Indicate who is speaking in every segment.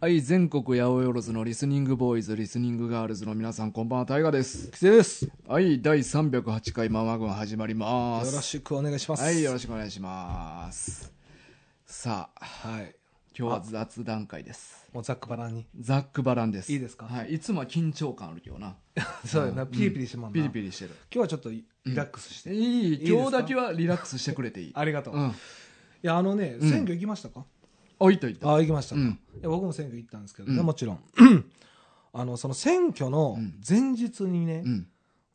Speaker 1: はい、全国八百万のリスニングボーイズ、リスニングガールズの皆さん、こんばんは、タイガです。
Speaker 2: 規制です。よ
Speaker 1: はい、第308回ママ軍始まります。
Speaker 2: ろしくお願いします。
Speaker 1: はい、よろしくお願いします。さあ、
Speaker 2: はい。
Speaker 1: 今日は雑談会です。
Speaker 2: もうざっくばらんに。
Speaker 1: ザックバランです。
Speaker 2: いいですか
Speaker 1: はい、いつもは緊張感あるけどな。
Speaker 2: そうやな、ピリピリしてまんな。
Speaker 1: ピリピ
Speaker 2: リ。
Speaker 1: リしてる。
Speaker 2: 今日はちょっとリラックスして。
Speaker 1: いい、
Speaker 2: ですか
Speaker 1: 今日だけはリラックスしてくれていい。
Speaker 2: ありがとう。
Speaker 1: うん。あ、
Speaker 2: いや、あのね、
Speaker 1: ん
Speaker 2: 選挙行きましたか
Speaker 1: 行った行った。
Speaker 2: あ、行きました
Speaker 1: う
Speaker 2: か。
Speaker 1: ん。
Speaker 2: いや僕も選挙行ったんですけど
Speaker 1: う
Speaker 2: ね、
Speaker 1: ん
Speaker 2: もちろん。あの、その選挙の前日にね
Speaker 1: う、ん。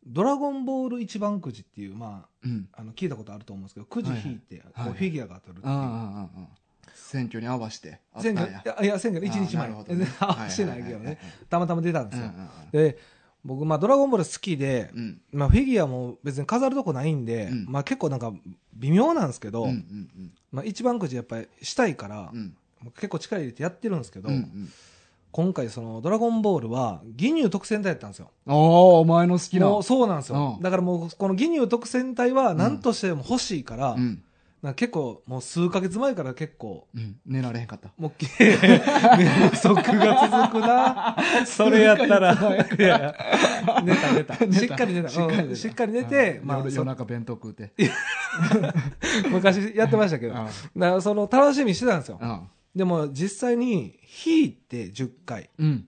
Speaker 2: ドラゴンボール一番くじっていう、ま
Speaker 1: うん。
Speaker 2: あ、あの聞いたことあると思うんですけど、くじ引いて、こう
Speaker 1: はいはい
Speaker 2: フィギュアが当たるって
Speaker 1: あ
Speaker 2: い
Speaker 1: ああ
Speaker 2: う。
Speaker 1: あああ選挙に合わせてあったん
Speaker 2: 選挙、
Speaker 1: や
Speaker 2: いやいや、選挙の1日
Speaker 1: あーなるほど
Speaker 2: 前
Speaker 1: ね
Speaker 2: に。合わせてないけ
Speaker 1: はい
Speaker 2: ど
Speaker 1: はいはい
Speaker 2: ね。たまたま出たんで
Speaker 1: うん
Speaker 2: す
Speaker 1: う
Speaker 2: よ。
Speaker 1: ん
Speaker 2: で、僕、まあ、ドラゴンボール好きで、
Speaker 1: うん
Speaker 2: まあ、フィギュアも別に飾るとこないんで、
Speaker 1: うん
Speaker 2: まあ、結構なんか微妙なんですけど、
Speaker 1: うんうん
Speaker 2: まあ、一番くじやっぱりしたいから、
Speaker 1: うんうん
Speaker 2: まあ結構力入れてやってるんですけど、
Speaker 1: うんうん
Speaker 2: 今回その「ドラゴンボール」は義乳特選隊やったんですよ
Speaker 1: ああお前の好きな
Speaker 2: もうそうなんですよ、
Speaker 1: うん
Speaker 2: だからもうこの義乳特選隊は何としても欲しいから、
Speaker 1: うん
Speaker 2: なんか結構もう数ヶ月前から結構
Speaker 1: うん寝られへんかった
Speaker 2: もう、寝 不足が続く な。それやったら。 いやいや寝た寝た。しっかり寝た。
Speaker 1: しっかり寝
Speaker 2: う
Speaker 1: た
Speaker 2: んしっかり寝て、
Speaker 1: ま
Speaker 2: ま
Speaker 1: あ
Speaker 2: あ、
Speaker 1: 夜
Speaker 2: そ
Speaker 1: 夜中弁当食うて
Speaker 2: 昔やってましたけど。
Speaker 1: あ
Speaker 2: だからその楽しみにしてたんですよ。
Speaker 1: あ
Speaker 2: でも実際に引いて10回、
Speaker 1: うん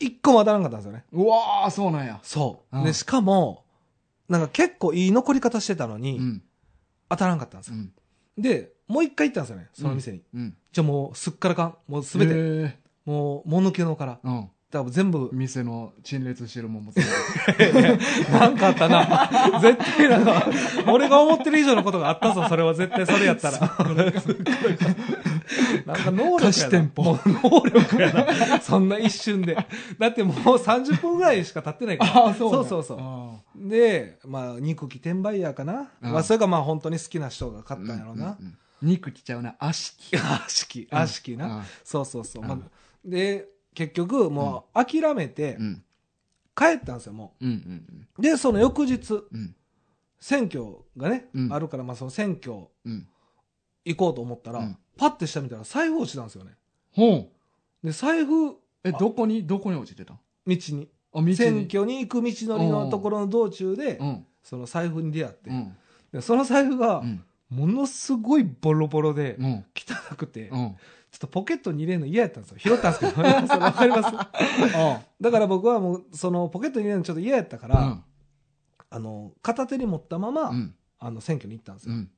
Speaker 2: 1個も当たらなかったんですよね。
Speaker 1: うわあそうなんや
Speaker 2: そうう。
Speaker 1: ん
Speaker 2: で、しかも、なんか結構いい残り方してたの
Speaker 1: う
Speaker 2: に、
Speaker 1: ん
Speaker 2: 当たらなかったんです
Speaker 1: う
Speaker 2: よ。
Speaker 1: ん
Speaker 2: で、もう1回行ったんですよね、その店に。
Speaker 1: うん
Speaker 2: じゃあもうすっからかん。もうすべ
Speaker 1: へ
Speaker 2: て、
Speaker 1: え
Speaker 2: もう、もぬけのから。
Speaker 1: うん
Speaker 2: だから全部、
Speaker 1: 店の陳列してるもんも 全部
Speaker 2: なんかあったな。 絶対なんか、俺が思ってる以上のことがあったぞ、それは絶対それやったら。なんか能力やな。
Speaker 1: 貸し店舗
Speaker 2: もう 能力やな。そんな一瞬で。だってもう30分ぐらいしか経ってないから。
Speaker 1: なん
Speaker 2: そうそうそう
Speaker 1: ああ
Speaker 2: で、まあ、肉着転売ヤーかな。
Speaker 1: うん
Speaker 2: まあ、それがまあ本当に好きな人が買ったんやろうな
Speaker 1: う。んうん肉来ちゃうな悪しき
Speaker 2: 悪しき、悪しきな。
Speaker 1: ああ
Speaker 2: そうそうそう。まあ
Speaker 1: うん
Speaker 2: で、結局、もう諦めて
Speaker 1: う、ん
Speaker 2: 帰ったんですよ、も
Speaker 1: うんうん
Speaker 2: う。で、その翌日、
Speaker 1: うん
Speaker 2: 選挙がね
Speaker 1: う、ん
Speaker 2: あるから、まあその選挙、
Speaker 1: うん
Speaker 2: 行こうと思ったら、
Speaker 1: うん
Speaker 2: パッて下見たら財布落ちたんですよね。
Speaker 1: ほう
Speaker 2: で、財布、道
Speaker 1: えどこにどこに落ちてたあ
Speaker 2: に、
Speaker 1: 道に
Speaker 2: 選挙に行く道のりのところの道中で、
Speaker 1: うん
Speaker 2: その財布に出会って、
Speaker 1: うん
Speaker 2: でその財布が
Speaker 1: う、ん
Speaker 2: ものすごいボロボロで、
Speaker 1: うん
Speaker 2: 汚くて、
Speaker 1: う
Speaker 2: ちょ
Speaker 1: ん
Speaker 2: っとポケットに入れるの嫌やったんですよ。拾ったんですけど、それわかり ますだから僕はもう、そのポケットに入れるのちょっと嫌やったから、
Speaker 1: うん
Speaker 2: あの、片手に持ったまま、
Speaker 1: うん
Speaker 2: あの、選挙に行ったんです
Speaker 1: う
Speaker 2: よ。
Speaker 1: ん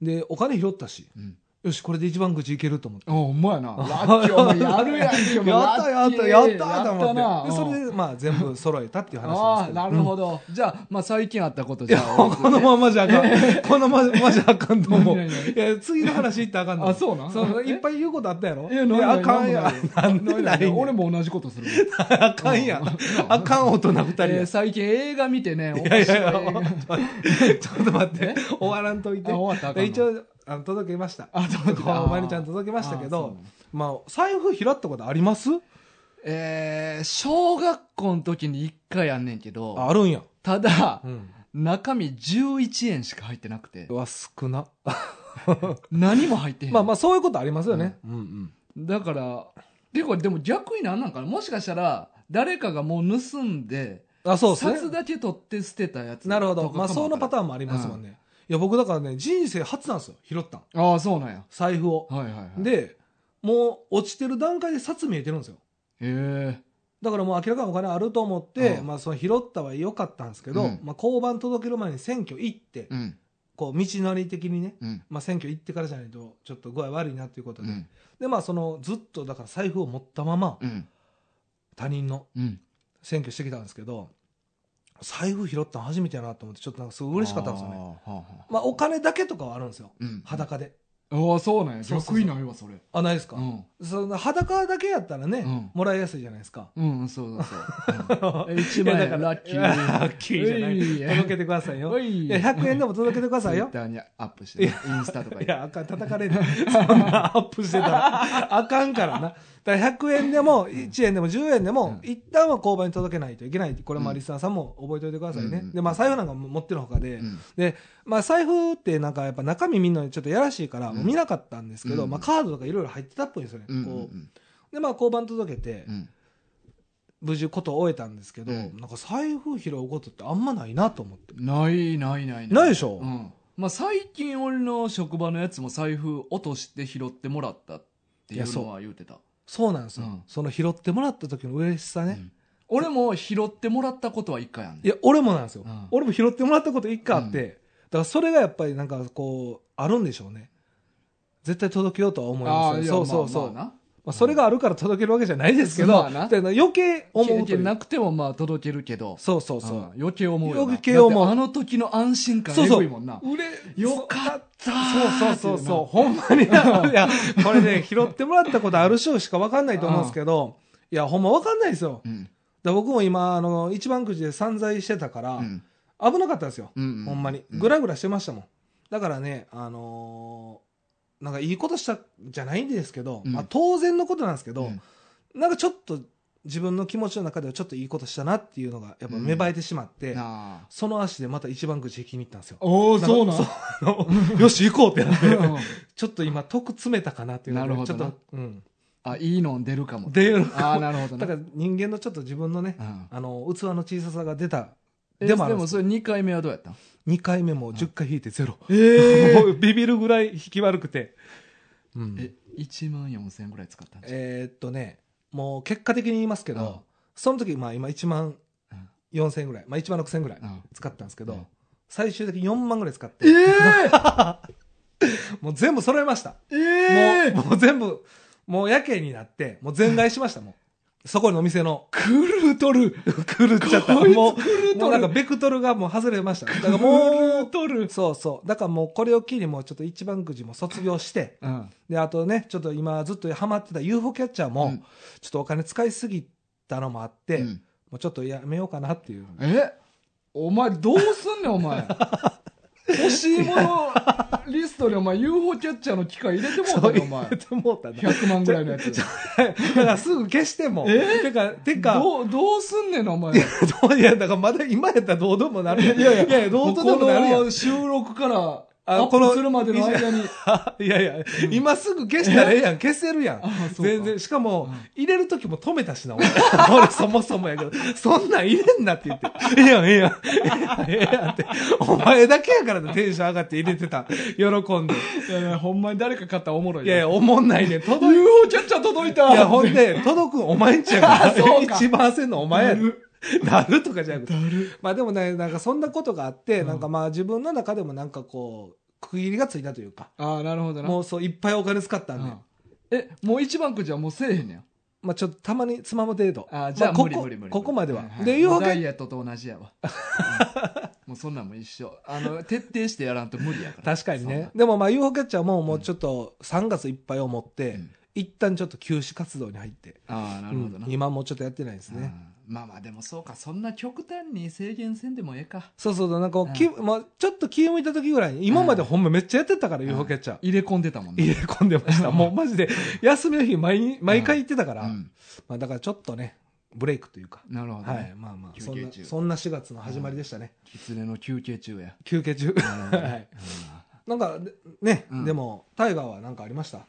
Speaker 2: で、お金拾ったし、
Speaker 1: うん
Speaker 2: よし、これで一番口いけると思って。
Speaker 1: あほんまや な。ラッキーお前やるやんけ、お前
Speaker 2: やったやったやったと
Speaker 1: や
Speaker 2: 思っ
Speaker 1: な
Speaker 2: て。で、それで、まあ、全部揃えたっていう話
Speaker 1: あ
Speaker 2: な
Speaker 1: あ
Speaker 2: んですけど。
Speaker 1: なるほど。じゃあ、まあ、最近あったこと
Speaker 2: い
Speaker 1: じ
Speaker 2: や、
Speaker 1: ゃあ。
Speaker 2: このままじゃあ かん。このままじゃあかんと思う。
Speaker 1: 何何
Speaker 2: いや、次の話行ったらあかんの。
Speaker 1: あそうなん
Speaker 2: そう、
Speaker 1: え
Speaker 2: いっぱい言うことあったやろ
Speaker 1: いや、なん
Speaker 2: あかんや。なんで
Speaker 1: で
Speaker 2: ない
Speaker 1: 俺も同じことするわ。
Speaker 2: あかんや
Speaker 1: うん。
Speaker 2: あかん大人二人
Speaker 1: え
Speaker 2: や
Speaker 1: ー。最近映画見てね、面
Speaker 2: いや
Speaker 1: 白
Speaker 2: い
Speaker 1: い
Speaker 2: やい
Speaker 1: 映
Speaker 2: や、
Speaker 1: 画。
Speaker 2: ちょっと待って。終わらんといて
Speaker 1: あ終わったあかん。の
Speaker 2: え一応、あの届けました。
Speaker 1: あ届けた
Speaker 2: こうまりちゃん届けました
Speaker 1: あ
Speaker 2: け
Speaker 1: そう
Speaker 2: ど
Speaker 1: なの、
Speaker 2: まあ、財布拾ったことあります
Speaker 1: えー小学校の時に一回あんねんけ
Speaker 2: あ
Speaker 1: ど、
Speaker 2: あるんや。
Speaker 1: ただ
Speaker 2: う、ん。
Speaker 1: 中身11円しか入ってなくて
Speaker 2: う、わ、少な。
Speaker 1: 何も入ってへん。
Speaker 2: まあまあ、そういうことありますよね。うんうん。
Speaker 1: だから、てか、でも逆になんなんかなもしかしたら、誰かがもう盗んで、
Speaker 2: あ、そうですね。
Speaker 1: 札だけ取って捨てたやつ
Speaker 2: なるほど。まあ、そのパタ
Speaker 1: ーン。
Speaker 2: ーンもありますもんね。いや、僕だからね、人生初なんですよ。拾ったん。
Speaker 1: ああ、そうなんや。
Speaker 2: 財布を。
Speaker 1: はいはいはい。、
Speaker 2: で、もう落ちてる段階で札見えてるんですよ。
Speaker 1: へえ。
Speaker 2: だからもう明らかにお金あると思って、
Speaker 1: うん
Speaker 2: まあその拾ったは良かったんですけど、
Speaker 1: うん
Speaker 2: まあ交番届ける前に選挙行って、
Speaker 1: うん。
Speaker 2: こう道のり的にね、
Speaker 1: うん。
Speaker 2: まあ選挙行ってからじゃないとちょっと具合悪いなということ
Speaker 1: う
Speaker 2: で、
Speaker 1: ん。
Speaker 2: でまあそのずっとだから財布を持ったまま
Speaker 1: うん。
Speaker 2: 他人の
Speaker 1: うん。
Speaker 2: 選挙してきたんですけど、財布拾ったの初めてやなと思ってちょっとなんかすごい嬉しかったんですよね。
Speaker 1: ああ。はあはあ
Speaker 2: まあお金だけとかはあるんですよ。
Speaker 1: うん。
Speaker 2: 裸で。
Speaker 1: ああ、そうなんや。
Speaker 2: そうそうそう
Speaker 1: 逆にないわ、それ。
Speaker 2: あ、ないですか、
Speaker 1: うん。
Speaker 2: その裸だけやったらね、
Speaker 1: うん
Speaker 2: もらいやすいじゃないですか。
Speaker 1: うん、そうそうそう。
Speaker 2: え
Speaker 1: 一万円ラッキー
Speaker 2: ラッキーじゃな
Speaker 1: う
Speaker 2: い。
Speaker 1: い
Speaker 2: 届けてくださいよ。
Speaker 1: お
Speaker 2: い
Speaker 1: い。
Speaker 2: や、100円でも届けてくださいよ
Speaker 1: ツイッ。ターにアップして、インスタとか
Speaker 2: い
Speaker 1: に。
Speaker 2: や、あかん、叩かれる。 そんなアップして たら、あかんからな。だから100円でも、1円でも10円でも、
Speaker 1: う
Speaker 2: 一旦は購買に届けないといけない。これもリスナーさんも覚えておいてくださいね。
Speaker 1: うん
Speaker 2: で、まあ、財布なんかも持ってるほかで、
Speaker 1: うん
Speaker 2: で、まあ、財布ってなんかやっぱ中身見るのにちょっとやらしいから、
Speaker 1: うん
Speaker 2: 見なかったんですけど、
Speaker 1: うん
Speaker 2: まあ、カードとかいろいろ入ってたっぽいんですよね。
Speaker 1: うん。う
Speaker 2: こ
Speaker 1: ん
Speaker 2: でまあ交番届けて
Speaker 1: うん
Speaker 2: 無事ことを終えたんですけど、
Speaker 1: うん
Speaker 2: なんか財布拾うことってあんまないなと思って
Speaker 1: ないないない
Speaker 2: ないでしょ
Speaker 1: うんまあ、最近俺の職場のやつも財布落として拾ってもらったっていうのは言うてた
Speaker 2: そうなんですよ、
Speaker 1: うん
Speaker 2: その拾ってもらった時の嬉しさね、
Speaker 1: うん俺も拾ってもらったことは一回あんねん
Speaker 2: いや俺もなんですよ、
Speaker 1: うん
Speaker 2: 俺も拾ってもらったこと一回あって、だからそれがやっぱりなんかこうあるんでしょうね絶対届けようとは思い
Speaker 1: あ
Speaker 2: ま
Speaker 1: あ
Speaker 2: す
Speaker 1: いや
Speaker 2: よそうそうそ
Speaker 1: まあ
Speaker 2: う、まあ
Speaker 1: まあな
Speaker 2: それがあるから届けるわけじゃないですけ
Speaker 1: ま
Speaker 2: ど、
Speaker 1: あな
Speaker 2: っていうのは余計思うと
Speaker 1: 経
Speaker 2: いう
Speaker 1: 験なくてもまあ届けるけど
Speaker 2: そうそうそ
Speaker 1: うん
Speaker 2: う、
Speaker 1: 余計思うよな
Speaker 2: 余計思う
Speaker 1: だってあの時の安心感
Speaker 2: そう
Speaker 1: え
Speaker 2: そう
Speaker 1: ぐいもんな
Speaker 2: うれ
Speaker 1: よかった
Speaker 2: そうそうそうそうほんまに いやこれね拾ってもらったことある人しか分かんないと思うんですけど、いやほんま分かんないですよ
Speaker 1: ううん
Speaker 2: だから僕も今あの一番くじで散財してたから、
Speaker 1: うん
Speaker 2: 危なかったんですよ、
Speaker 1: うん
Speaker 2: ほんまに
Speaker 1: う
Speaker 2: ぐらぐらしてましたもんだからねあのーなんかいいことしたじゃないんですけど、
Speaker 1: うん
Speaker 2: まあ、当然のことなんですけど、
Speaker 1: うん
Speaker 2: なんかちょっと自分の気持ちの中ではちょっといいことしたなっていうのがやっぱ芽生えてしまって、
Speaker 1: なあ
Speaker 2: その足でまた一番口引きに行ったんですよ
Speaker 1: おお
Speaker 2: なんか
Speaker 1: そうなん
Speaker 2: そうあのよし行こうってなって
Speaker 1: うん
Speaker 2: ちょっと今得詰めたかなっていうので
Speaker 1: なるほど
Speaker 2: ちょっ
Speaker 1: な
Speaker 2: と、うん、
Speaker 1: あいいの出るかも
Speaker 2: 出る
Speaker 1: ああなるほど
Speaker 2: だ
Speaker 1: な
Speaker 2: から人間のちょっと自分のね、
Speaker 1: うん
Speaker 2: あの器の小ささが出た
Speaker 1: え
Speaker 2: でもあ
Speaker 1: で
Speaker 2: るんで
Speaker 1: も
Speaker 2: す
Speaker 1: それ2回目はどうやったん
Speaker 2: 2回目も10回引いてゼロ、
Speaker 1: え
Speaker 2: もうビビるぐらい引き悪くて、うん
Speaker 1: え1万4000円ぐらい使ったんじゃ
Speaker 2: えーっとねもう結果的に言いますけど、
Speaker 1: うん
Speaker 2: その時まあ今1万4000円ぐらい、まあ、1万6000円ぐらい
Speaker 1: うん
Speaker 2: 使ったんですけど、
Speaker 1: うん
Speaker 2: 最終的に4万ぐらい使って、
Speaker 1: えー
Speaker 2: もう全部揃えました、
Speaker 1: えー
Speaker 2: もうもう全部もうやけになってもう全買いしましたもんそこのお店の
Speaker 1: 狂うとる
Speaker 2: 狂っちゃった
Speaker 1: こいつ
Speaker 2: も
Speaker 1: 狂う
Speaker 2: うもうなんかベクトルがもう外れましただからもうそうそうだからもうこれを機にもうちょっと一番くじも卒業して
Speaker 1: うん
Speaker 2: であとねちょっと今ずっとハマってた UFO キャッチャーも、
Speaker 1: うん
Speaker 2: ちょっとお金使いすぎたのもあって、
Speaker 1: う
Speaker 2: も
Speaker 1: ん
Speaker 2: うちょっとやめようかなっていう
Speaker 1: えお前どうすんねんお 前欲しいものリストにお前 UFO キャッチャーの機械入れてもうたでお前
Speaker 2: 入れてもうたな
Speaker 1: 100万ぐらいのやつ
Speaker 2: だからすぐ消しても
Speaker 1: え
Speaker 2: てかてか
Speaker 1: どうどうすんねんお前い
Speaker 2: ど ういやだからまだ今やったらどうでもなるやんいやいやどうとでもなるや
Speaker 1: こ
Speaker 2: ん
Speaker 1: の収録から
Speaker 2: あ
Speaker 1: アッ
Speaker 2: この
Speaker 1: プするまでの間に
Speaker 2: いやいや、今すぐ消したらええやん消せるや ん
Speaker 1: あそうか
Speaker 2: 全然しかも、
Speaker 1: うん
Speaker 2: 入れる時も止めたしな俺 俺そもそもやけどそんなん入れんなって言って「 ええやんええやん ええやんええやん」ってお前だけやからなテンション上がって入れてた喜んで
Speaker 1: いやいやほんまに誰か買ったらおもろい
Speaker 2: い
Speaker 1: な
Speaker 2: やいや、おもんないね。届い
Speaker 1: UFO キャッチャー届いた
Speaker 2: いや、ほんで、届くんお前んちやか
Speaker 1: あ
Speaker 2: ら。
Speaker 1: そうか
Speaker 2: 一番焦んのお前や
Speaker 1: な
Speaker 2: で
Speaker 1: る
Speaker 2: なるとかじゃなくて。
Speaker 1: だる
Speaker 2: まあでもね、なんかそんなことがあって、
Speaker 1: うん
Speaker 2: なんかまあ自分の中でもなんかこう、区切りがついたというか、
Speaker 1: ああなるほどな
Speaker 2: もうそう、いっぱいお金使ったんで、
Speaker 1: うんえもう一番くじはもうせえへんねん
Speaker 2: まあちょっとたまにつまむ程度。
Speaker 1: あーじゃあ
Speaker 2: ま
Speaker 1: 無理
Speaker 2: ここ
Speaker 1: 無理無理
Speaker 2: ここまでは。
Speaker 1: いい
Speaker 2: で、いう
Speaker 1: も
Speaker 2: わ
Speaker 1: うダ
Speaker 2: け
Speaker 1: イエットと同じやわ うんもうそんなんも一緒あの徹底してやらんと無理やから
Speaker 2: 確かにね。でもまあ UFO キャッチャーももうちょっと3月いっぱいをもって、
Speaker 1: うん
Speaker 2: 一旦ちょっと休止活動に入って、
Speaker 1: ああなるほどな、
Speaker 2: うん今もうちょっとやってないですね。
Speaker 1: うんまあまあでもそうかそんな極端に制限せんでもええか
Speaker 2: そうそうそうなんかこう
Speaker 1: うん
Speaker 2: 気、まあ、ちょっと気を向いた時ぐらいに今まで
Speaker 1: うん
Speaker 2: ほんまめっちゃやってたから、UFO
Speaker 1: うん
Speaker 2: キャッチャー
Speaker 1: 入れ込んでたもん
Speaker 2: 入
Speaker 1: ね
Speaker 2: れ込んでましたもうマジで休みの日毎日毎回行ってたから、
Speaker 1: うん
Speaker 2: まあ、だからちょっとねブレイクというか、
Speaker 1: なるほど、ね
Speaker 2: はいまあまあ
Speaker 1: 休
Speaker 2: そん
Speaker 1: 憩
Speaker 2: な
Speaker 1: 中
Speaker 2: そんな4月の始まりでしたね、
Speaker 1: 狐の休憩中や
Speaker 2: 休憩中
Speaker 1: なるほどね
Speaker 2: はい
Speaker 1: うん
Speaker 2: なんかでね、
Speaker 1: うん
Speaker 2: でもタイガーは何かありました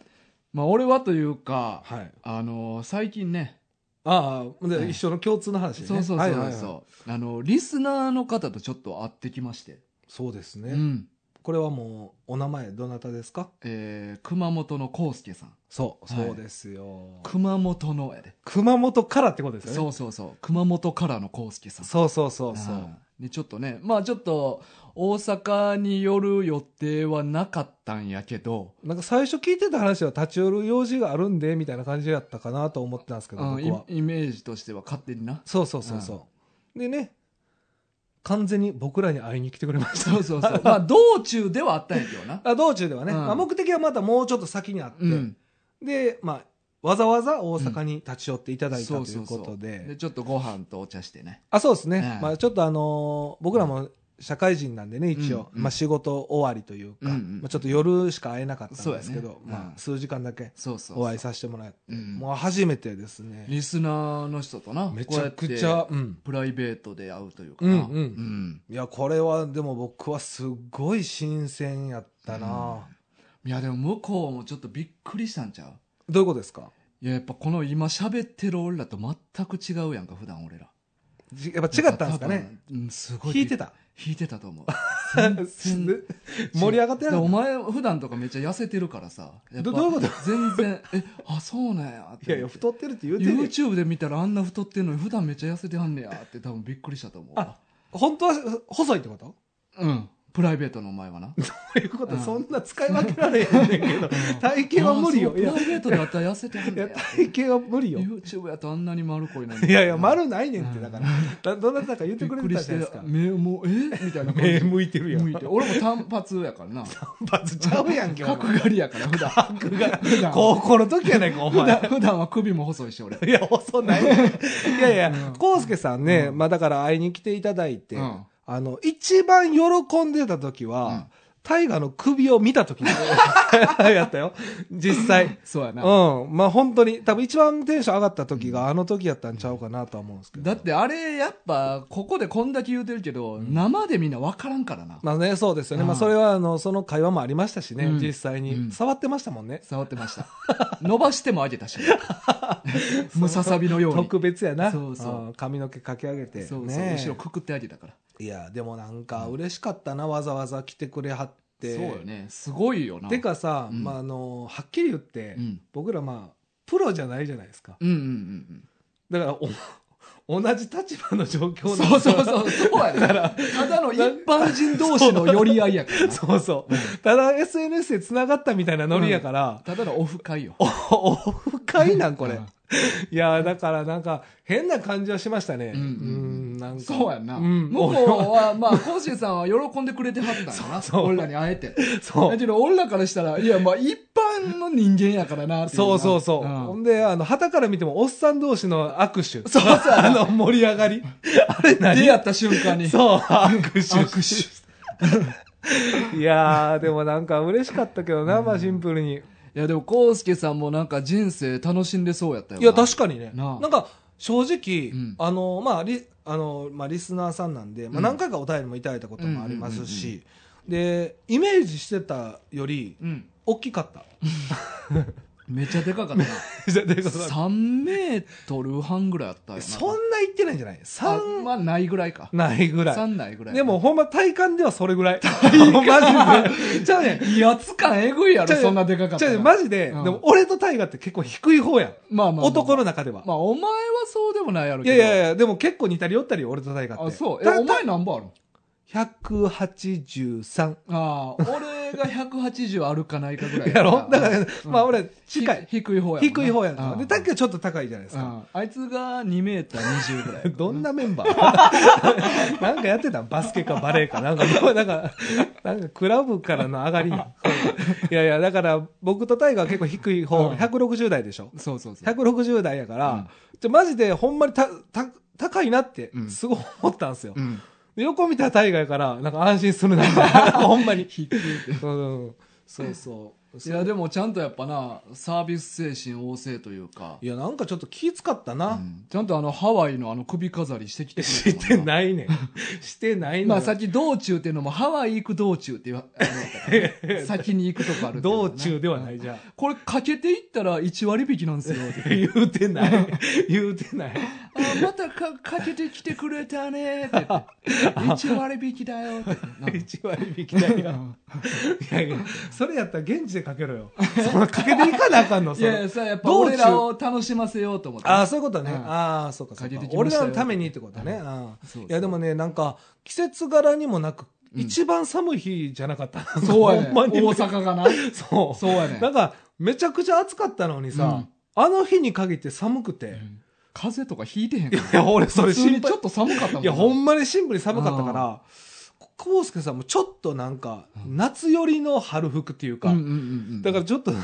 Speaker 1: まあ俺はというか
Speaker 2: はい
Speaker 1: あの最近ね
Speaker 2: ああで、
Speaker 1: はい
Speaker 2: 一緒の共通の話ね
Speaker 1: そうそうそうそう、
Speaker 2: はいはいはい
Speaker 1: あのリスナーの方とちょっと会ってきまして、
Speaker 2: そうですね、
Speaker 1: うん
Speaker 2: これはもうお名前どなたですか
Speaker 1: えー熊本の康介さん
Speaker 2: そう
Speaker 1: はい
Speaker 2: そうですよ、
Speaker 1: 熊本のやで
Speaker 2: 熊本からってことですよね
Speaker 1: そうそうそう熊本からの康介さん
Speaker 2: そうそうそうそう
Speaker 1: うんでちょっとねまあちょっと大阪に寄る予定はなかったんやけど、
Speaker 2: なんか最初聞いてた話は立ち寄る用事があるんでみたいな感じだったかなと思ってたんですけど、
Speaker 1: うん、
Speaker 2: 僕は
Speaker 1: イイメージとしては勝手に な
Speaker 2: そうそうそうそう、でね完全に僕らに会いに来てくれました
Speaker 1: そうそうそうまあ道中ではあったんやけど な
Speaker 2: あ道中ではね、
Speaker 1: うん
Speaker 2: まあ、目的はまたもうちょっと先にあって、
Speaker 1: うん
Speaker 2: で、まあ、わざわざ大阪に立ち寄っていただいたということで,、
Speaker 1: でちょっとご飯とお茶してね
Speaker 2: あそうですね、
Speaker 1: うん
Speaker 2: まあ、ちょっとあのー僕らも社会人なんでね一応、
Speaker 1: うんうん
Speaker 2: まあ、仕事終わりという
Speaker 1: う
Speaker 2: か、
Speaker 1: んうん
Speaker 2: まあ、ちょっと夜しか会えなかったんですけど、
Speaker 1: そうやね
Speaker 2: ま
Speaker 1: うん
Speaker 2: あ、数時間だけ
Speaker 1: そうそうそう
Speaker 2: お会いさせてもらって、
Speaker 1: うん
Speaker 2: もう初めてですね、
Speaker 1: リスナーの人とな
Speaker 2: めちゃ
Speaker 1: こ
Speaker 2: く
Speaker 1: う
Speaker 2: ち
Speaker 1: や
Speaker 2: ゃ
Speaker 1: って、
Speaker 2: うん。
Speaker 1: プライベートで会うというかな
Speaker 2: うんうん
Speaker 1: うん
Speaker 2: いや、これは、でも僕はすごい新鮮やったな、
Speaker 1: いやでも向こうもちょっとびっくりしたんちゃう
Speaker 2: どういうことですか
Speaker 1: いや、やっぱこの今喋ってる俺らと全く違うやんか、普段俺ら。
Speaker 2: じやっぱ違ったんですかね
Speaker 1: 多分。うん、すごい。
Speaker 2: 弾いて。た
Speaker 1: 弾いてたと思う。全然
Speaker 2: 盛り上がってな
Speaker 1: で
Speaker 2: かっ
Speaker 1: お前、普段とかめっちゃ痩せてるからさ。やっぱ
Speaker 2: どどういうこと
Speaker 1: 全然、え、あ、そうなんやって。
Speaker 2: たいやいや太ってるって言うてるやん
Speaker 1: YouTube で見たらあんな太ってんのに普段めっちゃ痩せてはんねやって多分びっくりしたと思うわ。
Speaker 2: 本当は細いってことど
Speaker 1: うん。プライベートのお前はな。
Speaker 2: ういうこと、
Speaker 1: うん
Speaker 2: そんな使い分けられへんねんけど 体型は無理
Speaker 1: あそ
Speaker 2: よ
Speaker 1: うプ
Speaker 2: い
Speaker 1: ラ
Speaker 2: や
Speaker 1: イベートだったら痩せてはん
Speaker 2: い
Speaker 1: ねや
Speaker 2: や。体型は無理よ
Speaker 1: YouTube やとあんなに丸こいのに。
Speaker 2: いやいや丸ないねんって
Speaker 1: うん
Speaker 2: だからだどなたか言って
Speaker 1: びっ
Speaker 2: くれ
Speaker 1: く
Speaker 2: て
Speaker 1: り
Speaker 2: た
Speaker 1: し
Speaker 2: じゃ
Speaker 1: て
Speaker 2: ないですか、
Speaker 1: 目もう、えみたいな感
Speaker 2: 目
Speaker 1: じ。
Speaker 2: 向いてるやん
Speaker 1: 向いて。俺も単発やから な。
Speaker 2: バズっちゃうやんけお
Speaker 1: 角
Speaker 2: 前
Speaker 1: 刈りやから、普段。角刈り。
Speaker 2: 高校の時やないかお
Speaker 1: 普
Speaker 2: 前
Speaker 1: 段普段は首も細いし、俺。
Speaker 2: いや、細ない。いやいや、コウスケさんね、
Speaker 1: うん
Speaker 2: まあだから会いに来ていただいて、
Speaker 1: うん
Speaker 2: あの、一番喜んでた時は、大河の首を見 た時やったよ。実際。
Speaker 1: そうや
Speaker 2: う
Speaker 1: な。
Speaker 2: ん。まあ本当に、多分一番テンション上がった時があの時やったんちゃうかなとは思うんですけど。
Speaker 1: だってあれやっぱここでこんだけ言うてるけど、生でみんな分からんからな、
Speaker 2: まあね、そうですよね。
Speaker 1: うん
Speaker 2: まあそれは、あの、その会話もありましたしね、
Speaker 1: うん
Speaker 2: 実際に、
Speaker 1: うん
Speaker 2: 触ってましたもんね。
Speaker 1: 触ってました伸ばしても上げ たしムササビのように
Speaker 2: 特別やな。
Speaker 1: そうそうん
Speaker 2: 髪の毛かき上げて。
Speaker 1: そうそう、
Speaker 2: ね
Speaker 1: 後ろくくってあげたから
Speaker 2: いや、でもなんか嬉しかったな、わざわざ来てくれはって。
Speaker 1: そうよねすごいよな
Speaker 2: てかさ、
Speaker 1: うん
Speaker 2: まあ、あのはっきり言って、
Speaker 1: うん、
Speaker 2: 僕らまあプロじゃないじゃないですか
Speaker 1: うんうんうん
Speaker 2: だからお 同じ立場の状況
Speaker 1: うん
Speaker 2: なん
Speaker 1: そう
Speaker 2: です
Speaker 1: そ
Speaker 2: よ
Speaker 1: うそうそうやねただの一般人同士の寄り合いやからな
Speaker 2: そうそうただ SNS でつながったみたいなノリやから、
Speaker 1: ただのオフ会よ
Speaker 2: おお深いなんこれ、
Speaker 1: うん
Speaker 2: いやだからなんか変な感じはしましたね
Speaker 1: うんうん
Speaker 2: うんなんか
Speaker 1: そうやんな、
Speaker 2: ん
Speaker 1: 向こうはまあコーシーさんは喜んでくれてはったんやな
Speaker 2: そう
Speaker 1: 俺らに会えて
Speaker 2: そう
Speaker 1: だけど俺らからしたらいやまあ一般の人間やからなっていな
Speaker 2: そうそうそう。
Speaker 1: ん
Speaker 2: ほんで、あの、旗から見ても、おっさん同士の握手。
Speaker 1: そうそう
Speaker 2: あの、盛り上がり。あれ何
Speaker 1: 出会った瞬間に
Speaker 2: そう、握手
Speaker 1: 握
Speaker 2: 手。いやー、でもなんか嬉しかったけどな、まあシンプルに。
Speaker 1: いやでもコウスケさんもなんか人生楽しんでそうやったよ
Speaker 2: いや、確かにね。
Speaker 1: なあ
Speaker 2: なんか、正直、
Speaker 1: うん
Speaker 2: あの、まあ、リ、あの、まあ、リスナーさんなんで、ま
Speaker 1: う
Speaker 2: あ、
Speaker 1: ん
Speaker 2: 何回かお便りもいただいたこともありますし、で、イメージしてたより、
Speaker 1: うん
Speaker 2: 大きかった。
Speaker 1: めっちゃでかかったな 3メートル半ぐらいあったよな
Speaker 2: そんな言ってないんじゃない
Speaker 1: 3
Speaker 2: ?3
Speaker 1: はないぐらいか
Speaker 2: ないぐらい。
Speaker 1: 3ないぐらい
Speaker 2: でも、ほんま体感ではそれぐらい。マジで。じゃあねん、
Speaker 1: 威圧感えぐいや
Speaker 2: ち
Speaker 1: ろ
Speaker 2: ゃう
Speaker 1: そんなでかかった
Speaker 2: ち
Speaker 1: ら
Speaker 2: ゃうマジで、
Speaker 1: うん
Speaker 2: でも俺と大河って結構低い方やん。
Speaker 1: まあまあまあ
Speaker 2: 男の中では。
Speaker 1: まあお前はそうでもないやろ
Speaker 2: いやいやい
Speaker 1: や
Speaker 2: や、でも結構似たり寄ったりよ俺と大河って。
Speaker 1: あそうえ
Speaker 2: た
Speaker 1: お前何本あるの
Speaker 2: 183。
Speaker 1: ああ俺が180あるかないかぐらい
Speaker 2: やろだから、まあ
Speaker 1: うん
Speaker 2: 俺、近い。
Speaker 1: ひ低い方やもんな
Speaker 2: 低い方やん
Speaker 1: う
Speaker 2: か。
Speaker 1: ん
Speaker 2: で、タッキはちょっと高いじゃないです
Speaker 1: う
Speaker 2: か。
Speaker 1: んあいつが2メーター20ぐらい
Speaker 2: どんなメンバー なんかやってたんバスケかバレーか。なんか、なんか、なんかクラブからの上がりなん。いやいや、だから僕と大河は結構低い方、
Speaker 1: うん
Speaker 2: 160代でしょ。
Speaker 1: そうそうそう
Speaker 2: 160代やから、じゃマジでほんまにたた高いなって
Speaker 1: うん
Speaker 2: すごい思ったんですよ、
Speaker 1: うん
Speaker 2: で横見たら大河やからなんか安心する なみたいなほんまに、
Speaker 1: 低いって
Speaker 2: うん、そうそう
Speaker 1: い
Speaker 2: そう
Speaker 1: やでもちゃんとやっぱなサービス精神旺盛というか、
Speaker 2: いやなんかちょっと気使った
Speaker 1: う
Speaker 2: な、
Speaker 1: んちゃんとあのハワイのあの首飾りしてきてく
Speaker 2: し
Speaker 1: れた
Speaker 2: て
Speaker 1: もんな
Speaker 2: ないねんしてないねん、
Speaker 1: まあさっき道中っていうのもハワイ行く道中っていうあのやったから ね先に行くとこあるっていうの
Speaker 2: 道
Speaker 1: ね
Speaker 2: 中ではないじゃん
Speaker 1: これかけていったら1割引きなん ですよ
Speaker 2: 言うてない言うてない
Speaker 1: あまたかかけてきてくれたねって言って1割引きだよってな
Speaker 2: 1割引きだよい
Speaker 1: うん
Speaker 2: やいやそれやったら現地でかけろよそのかけていかなあかんの
Speaker 1: い
Speaker 2: それ
Speaker 1: やいやさやっぱ
Speaker 2: 道中
Speaker 1: 俺らを楽しませようと思って
Speaker 2: ああ、そういうことね。
Speaker 1: うん
Speaker 2: ああ、そうか、そうか
Speaker 1: 限り。てきま
Speaker 2: 俺
Speaker 1: したよ
Speaker 2: らのためにってことね。
Speaker 1: う
Speaker 2: うん
Speaker 1: そうそう
Speaker 2: いや、でもね、なんか、季節柄にもなく、
Speaker 1: うん
Speaker 2: 一番寒い日じゃなかった。
Speaker 1: そうやね
Speaker 2: ほ
Speaker 1: ん
Speaker 2: んま
Speaker 1: 大
Speaker 2: に。
Speaker 1: 阪がな
Speaker 2: そ
Speaker 1: そうやね
Speaker 2: う。
Speaker 1: ん
Speaker 2: なんか、めちゃくちゃ暑かったのにさ、あの日に限って寒くて。
Speaker 1: 風邪とかひいてへん
Speaker 2: い
Speaker 1: か
Speaker 2: やいや、俺、 そ
Speaker 1: 普
Speaker 2: れ
Speaker 1: 通
Speaker 2: 心
Speaker 1: にち
Speaker 2: 配
Speaker 1: ょ。っと寒かったもん
Speaker 2: いや、ほん
Speaker 1: ま
Speaker 2: まにシンプルに寒かったから、コウスケさんもちょっとなんか、夏寄りの春服っていうか
Speaker 1: うんう、んうんうん、
Speaker 2: だからちょっと、
Speaker 1: うん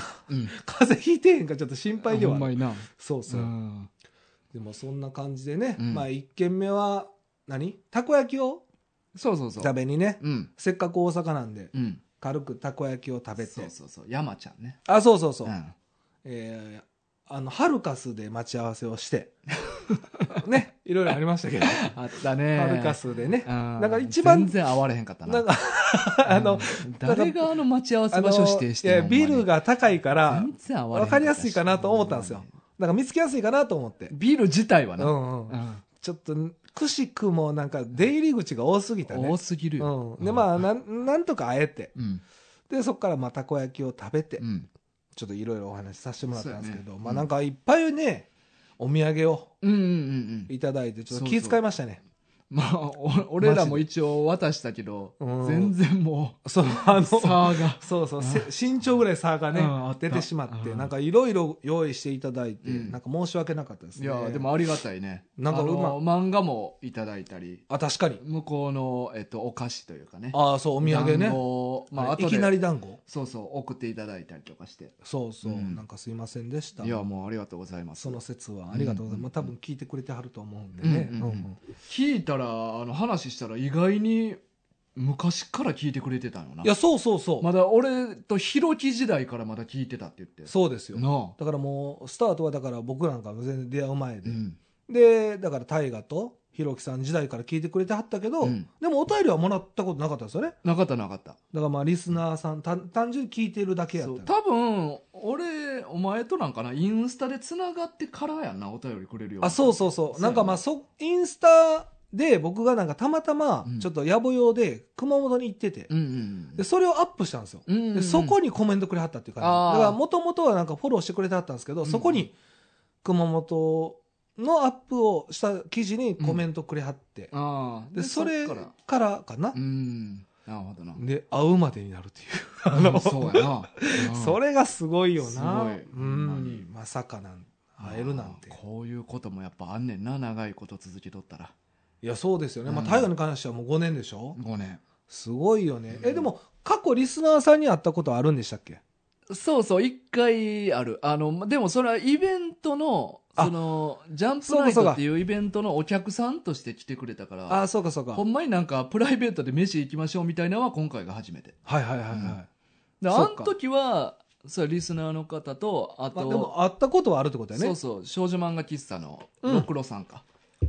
Speaker 2: 風邪ひいてへんか、ちょっと心配では
Speaker 1: ほん
Speaker 2: あ
Speaker 1: ま
Speaker 2: る。
Speaker 1: にな
Speaker 2: そうそうう。
Speaker 1: ん
Speaker 2: でもそんな感じでね、
Speaker 1: うん
Speaker 2: まあ一軒目は何たこ焼きを
Speaker 1: そうそうそう
Speaker 2: 食べにね
Speaker 1: うん
Speaker 2: せっかく大阪なんで
Speaker 1: うん
Speaker 2: 軽くたこ焼きを食べて
Speaker 1: そうそうそう山ちゃんね
Speaker 2: あそうそうそう、
Speaker 1: ん
Speaker 2: えーあのハルカスで待ち合わせをして ねいろいろありましたけど、
Speaker 1: あったね
Speaker 2: ハルカスでね
Speaker 1: うん
Speaker 2: なんか一番
Speaker 1: 全然会われへんかったな
Speaker 2: なんかあの
Speaker 1: 誰があの待ち合わせ
Speaker 2: あの
Speaker 1: 場所指定してん
Speaker 2: い
Speaker 1: の
Speaker 2: やビルが高いか
Speaker 1: ほん
Speaker 2: ら
Speaker 1: まに全然会われへん
Speaker 2: 分かりやすいかなと思ったんですよから見つけやすいかなと思って。
Speaker 1: ビール自体は
Speaker 2: う
Speaker 1: な、
Speaker 2: んう。
Speaker 1: うんん
Speaker 2: ちょっと、くしくもなんか出入り口が多すぎたね。
Speaker 1: 多すぎるよ、
Speaker 2: うん。で、まあ、なん、なんとかあえて。
Speaker 1: うん
Speaker 2: で、そこからまあたこ焼きを食べて
Speaker 1: う、ん
Speaker 2: ちょっといろいろお話しさせてもらったんですけ
Speaker 1: そう
Speaker 2: ど、
Speaker 1: やね
Speaker 2: まあなんかいっぱいね、お土産を
Speaker 1: うんうんうんうん
Speaker 2: いただいて、ちょっと気遣いましたね。
Speaker 1: まあお俺らも一応渡したけど
Speaker 2: うん
Speaker 1: 全然も
Speaker 2: そう、あ
Speaker 1: う
Speaker 2: の、
Speaker 1: 差が
Speaker 2: そうそう、せ
Speaker 1: う
Speaker 2: 身長ぐらい差がね、
Speaker 1: うんあった
Speaker 2: 出てしまって、
Speaker 1: うん
Speaker 2: なんかいろいろ用意していただいて、
Speaker 1: うん
Speaker 2: なんか申し訳なかったです
Speaker 1: い
Speaker 2: ね。
Speaker 1: やでもありがたいね
Speaker 2: なんか
Speaker 1: あ
Speaker 2: うま
Speaker 1: の漫画もいただいたり
Speaker 2: あ、確かに。
Speaker 1: 向こうの、えっと、お菓子というかね
Speaker 2: ああ、そう、お土産
Speaker 1: 団
Speaker 2: ね
Speaker 1: 子。をまあ
Speaker 2: あれ
Speaker 1: 後
Speaker 2: い
Speaker 1: で
Speaker 2: きなり団子。
Speaker 1: そうそう送っていただいたりとかして
Speaker 2: そうそう、
Speaker 1: うん
Speaker 2: なんかすいませんでした。
Speaker 1: いやもうありがとうございます
Speaker 2: その説はありがとうご
Speaker 1: うん
Speaker 2: ざいます。
Speaker 1: うんうん
Speaker 2: 多分聞いてくれてはると思うんでね。
Speaker 1: うんうんうん
Speaker 2: うん
Speaker 1: 聞いたらあの話したら意外に昔から聞いてくれてたよない
Speaker 2: や、そうそうそう。
Speaker 1: まだ俺とひろき時代からまだ聞いてたって言って
Speaker 2: そうですよ。
Speaker 1: なあ
Speaker 2: だからもう、スタートはだから僕なんかも全然出会う前
Speaker 1: う
Speaker 2: で。
Speaker 1: ん
Speaker 2: で、だから大河とひろきさん時代から聞いてくれてはったけ
Speaker 1: う
Speaker 2: ど、
Speaker 1: ん
Speaker 2: でもお便りはもらったことなかったですよね。
Speaker 1: なかったなかった
Speaker 2: だからまあリスナーさんた単純に聞いてるだけやっ
Speaker 1: そう
Speaker 2: た
Speaker 1: 多分俺お前となんかなインスタでつながってからやんなお便りくれるよ
Speaker 2: あそうそうそう
Speaker 1: そう
Speaker 2: なんかまあそインスタで僕がなんかたまたま
Speaker 1: うん
Speaker 2: ちょっと野暮用で熊本に行ってて、
Speaker 1: うんうん
Speaker 2: でそれをアップしたんですよ、
Speaker 1: うんうんうん
Speaker 2: でそこにコメントくれはったっていう感じ
Speaker 1: あー
Speaker 2: だからもともとはなんかフォローしてくれてはったんですけ
Speaker 1: う
Speaker 2: ど、
Speaker 1: ん
Speaker 2: そこに熊本のアップをした記事にコメントくれはって、
Speaker 1: ああ
Speaker 2: でそれ
Speaker 1: っ
Speaker 2: か
Speaker 1: から
Speaker 2: らかな
Speaker 1: う、んなるほどな
Speaker 2: で会うまでになるっていうあの
Speaker 1: そうやな
Speaker 2: それがすごいよな
Speaker 1: すごいうほんまに
Speaker 2: んまさかなん会えるなんて
Speaker 1: まあこういうこともやっぱあんねんな長いこと続けとったら
Speaker 2: いやそうですよね、ま
Speaker 1: う
Speaker 2: あ
Speaker 1: ん
Speaker 2: 大河に関してはもう5年でしょ、
Speaker 1: 5年
Speaker 2: すごいよね
Speaker 1: う
Speaker 2: え
Speaker 1: ん
Speaker 2: でも過去リスナーさんに会ったことあるんでしたっけ
Speaker 1: そうそう一回あるあのまでもそれはイベントの
Speaker 2: あ
Speaker 1: そのジャンプ
Speaker 2: そ
Speaker 1: ナ
Speaker 2: うか
Speaker 1: イ
Speaker 2: そう
Speaker 1: ト
Speaker 2: か
Speaker 1: っていうイベントのお客さんとして来てくれたから
Speaker 2: ああそうかそうか
Speaker 1: ほんまになんかプライベートで飯行きましょうみたいなのは今回が初めて
Speaker 2: はいはいはいはい、
Speaker 1: うん
Speaker 2: ま
Speaker 1: で
Speaker 2: そ
Speaker 1: あ
Speaker 2: っ
Speaker 1: の
Speaker 2: か
Speaker 1: 時はそうリスナーの方とあ
Speaker 2: あ、
Speaker 1: と、
Speaker 2: でも会ったことはあるってことだ
Speaker 1: そ
Speaker 2: よ
Speaker 1: う
Speaker 2: ね
Speaker 1: そう少女漫画喫茶の
Speaker 2: うん
Speaker 1: ろくろさんか、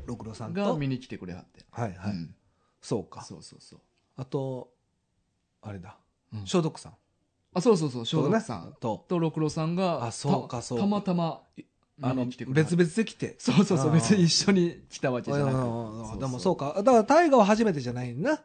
Speaker 2: 六郎さんと
Speaker 1: が
Speaker 2: はい
Speaker 1: 見に来てくれはって、
Speaker 2: はい、
Speaker 1: うん
Speaker 2: そうか
Speaker 1: そうそうそう
Speaker 2: あとあれだ
Speaker 1: うん
Speaker 2: 消毒さん
Speaker 1: あそうそうそう
Speaker 2: と
Speaker 1: 消
Speaker 2: ね
Speaker 1: 毒さん
Speaker 2: と
Speaker 1: とろくろさんが
Speaker 2: あそうかそうか
Speaker 1: たたまたま
Speaker 2: あ
Speaker 1: 見
Speaker 2: の
Speaker 1: に来てくれはっ
Speaker 2: 別
Speaker 1: て
Speaker 2: 々で来て
Speaker 1: そうそうそ
Speaker 2: あ
Speaker 1: う
Speaker 2: ー
Speaker 1: 別に一緒に来たわけじゃなくて
Speaker 2: あでもそうかだから大河は初めてじゃないな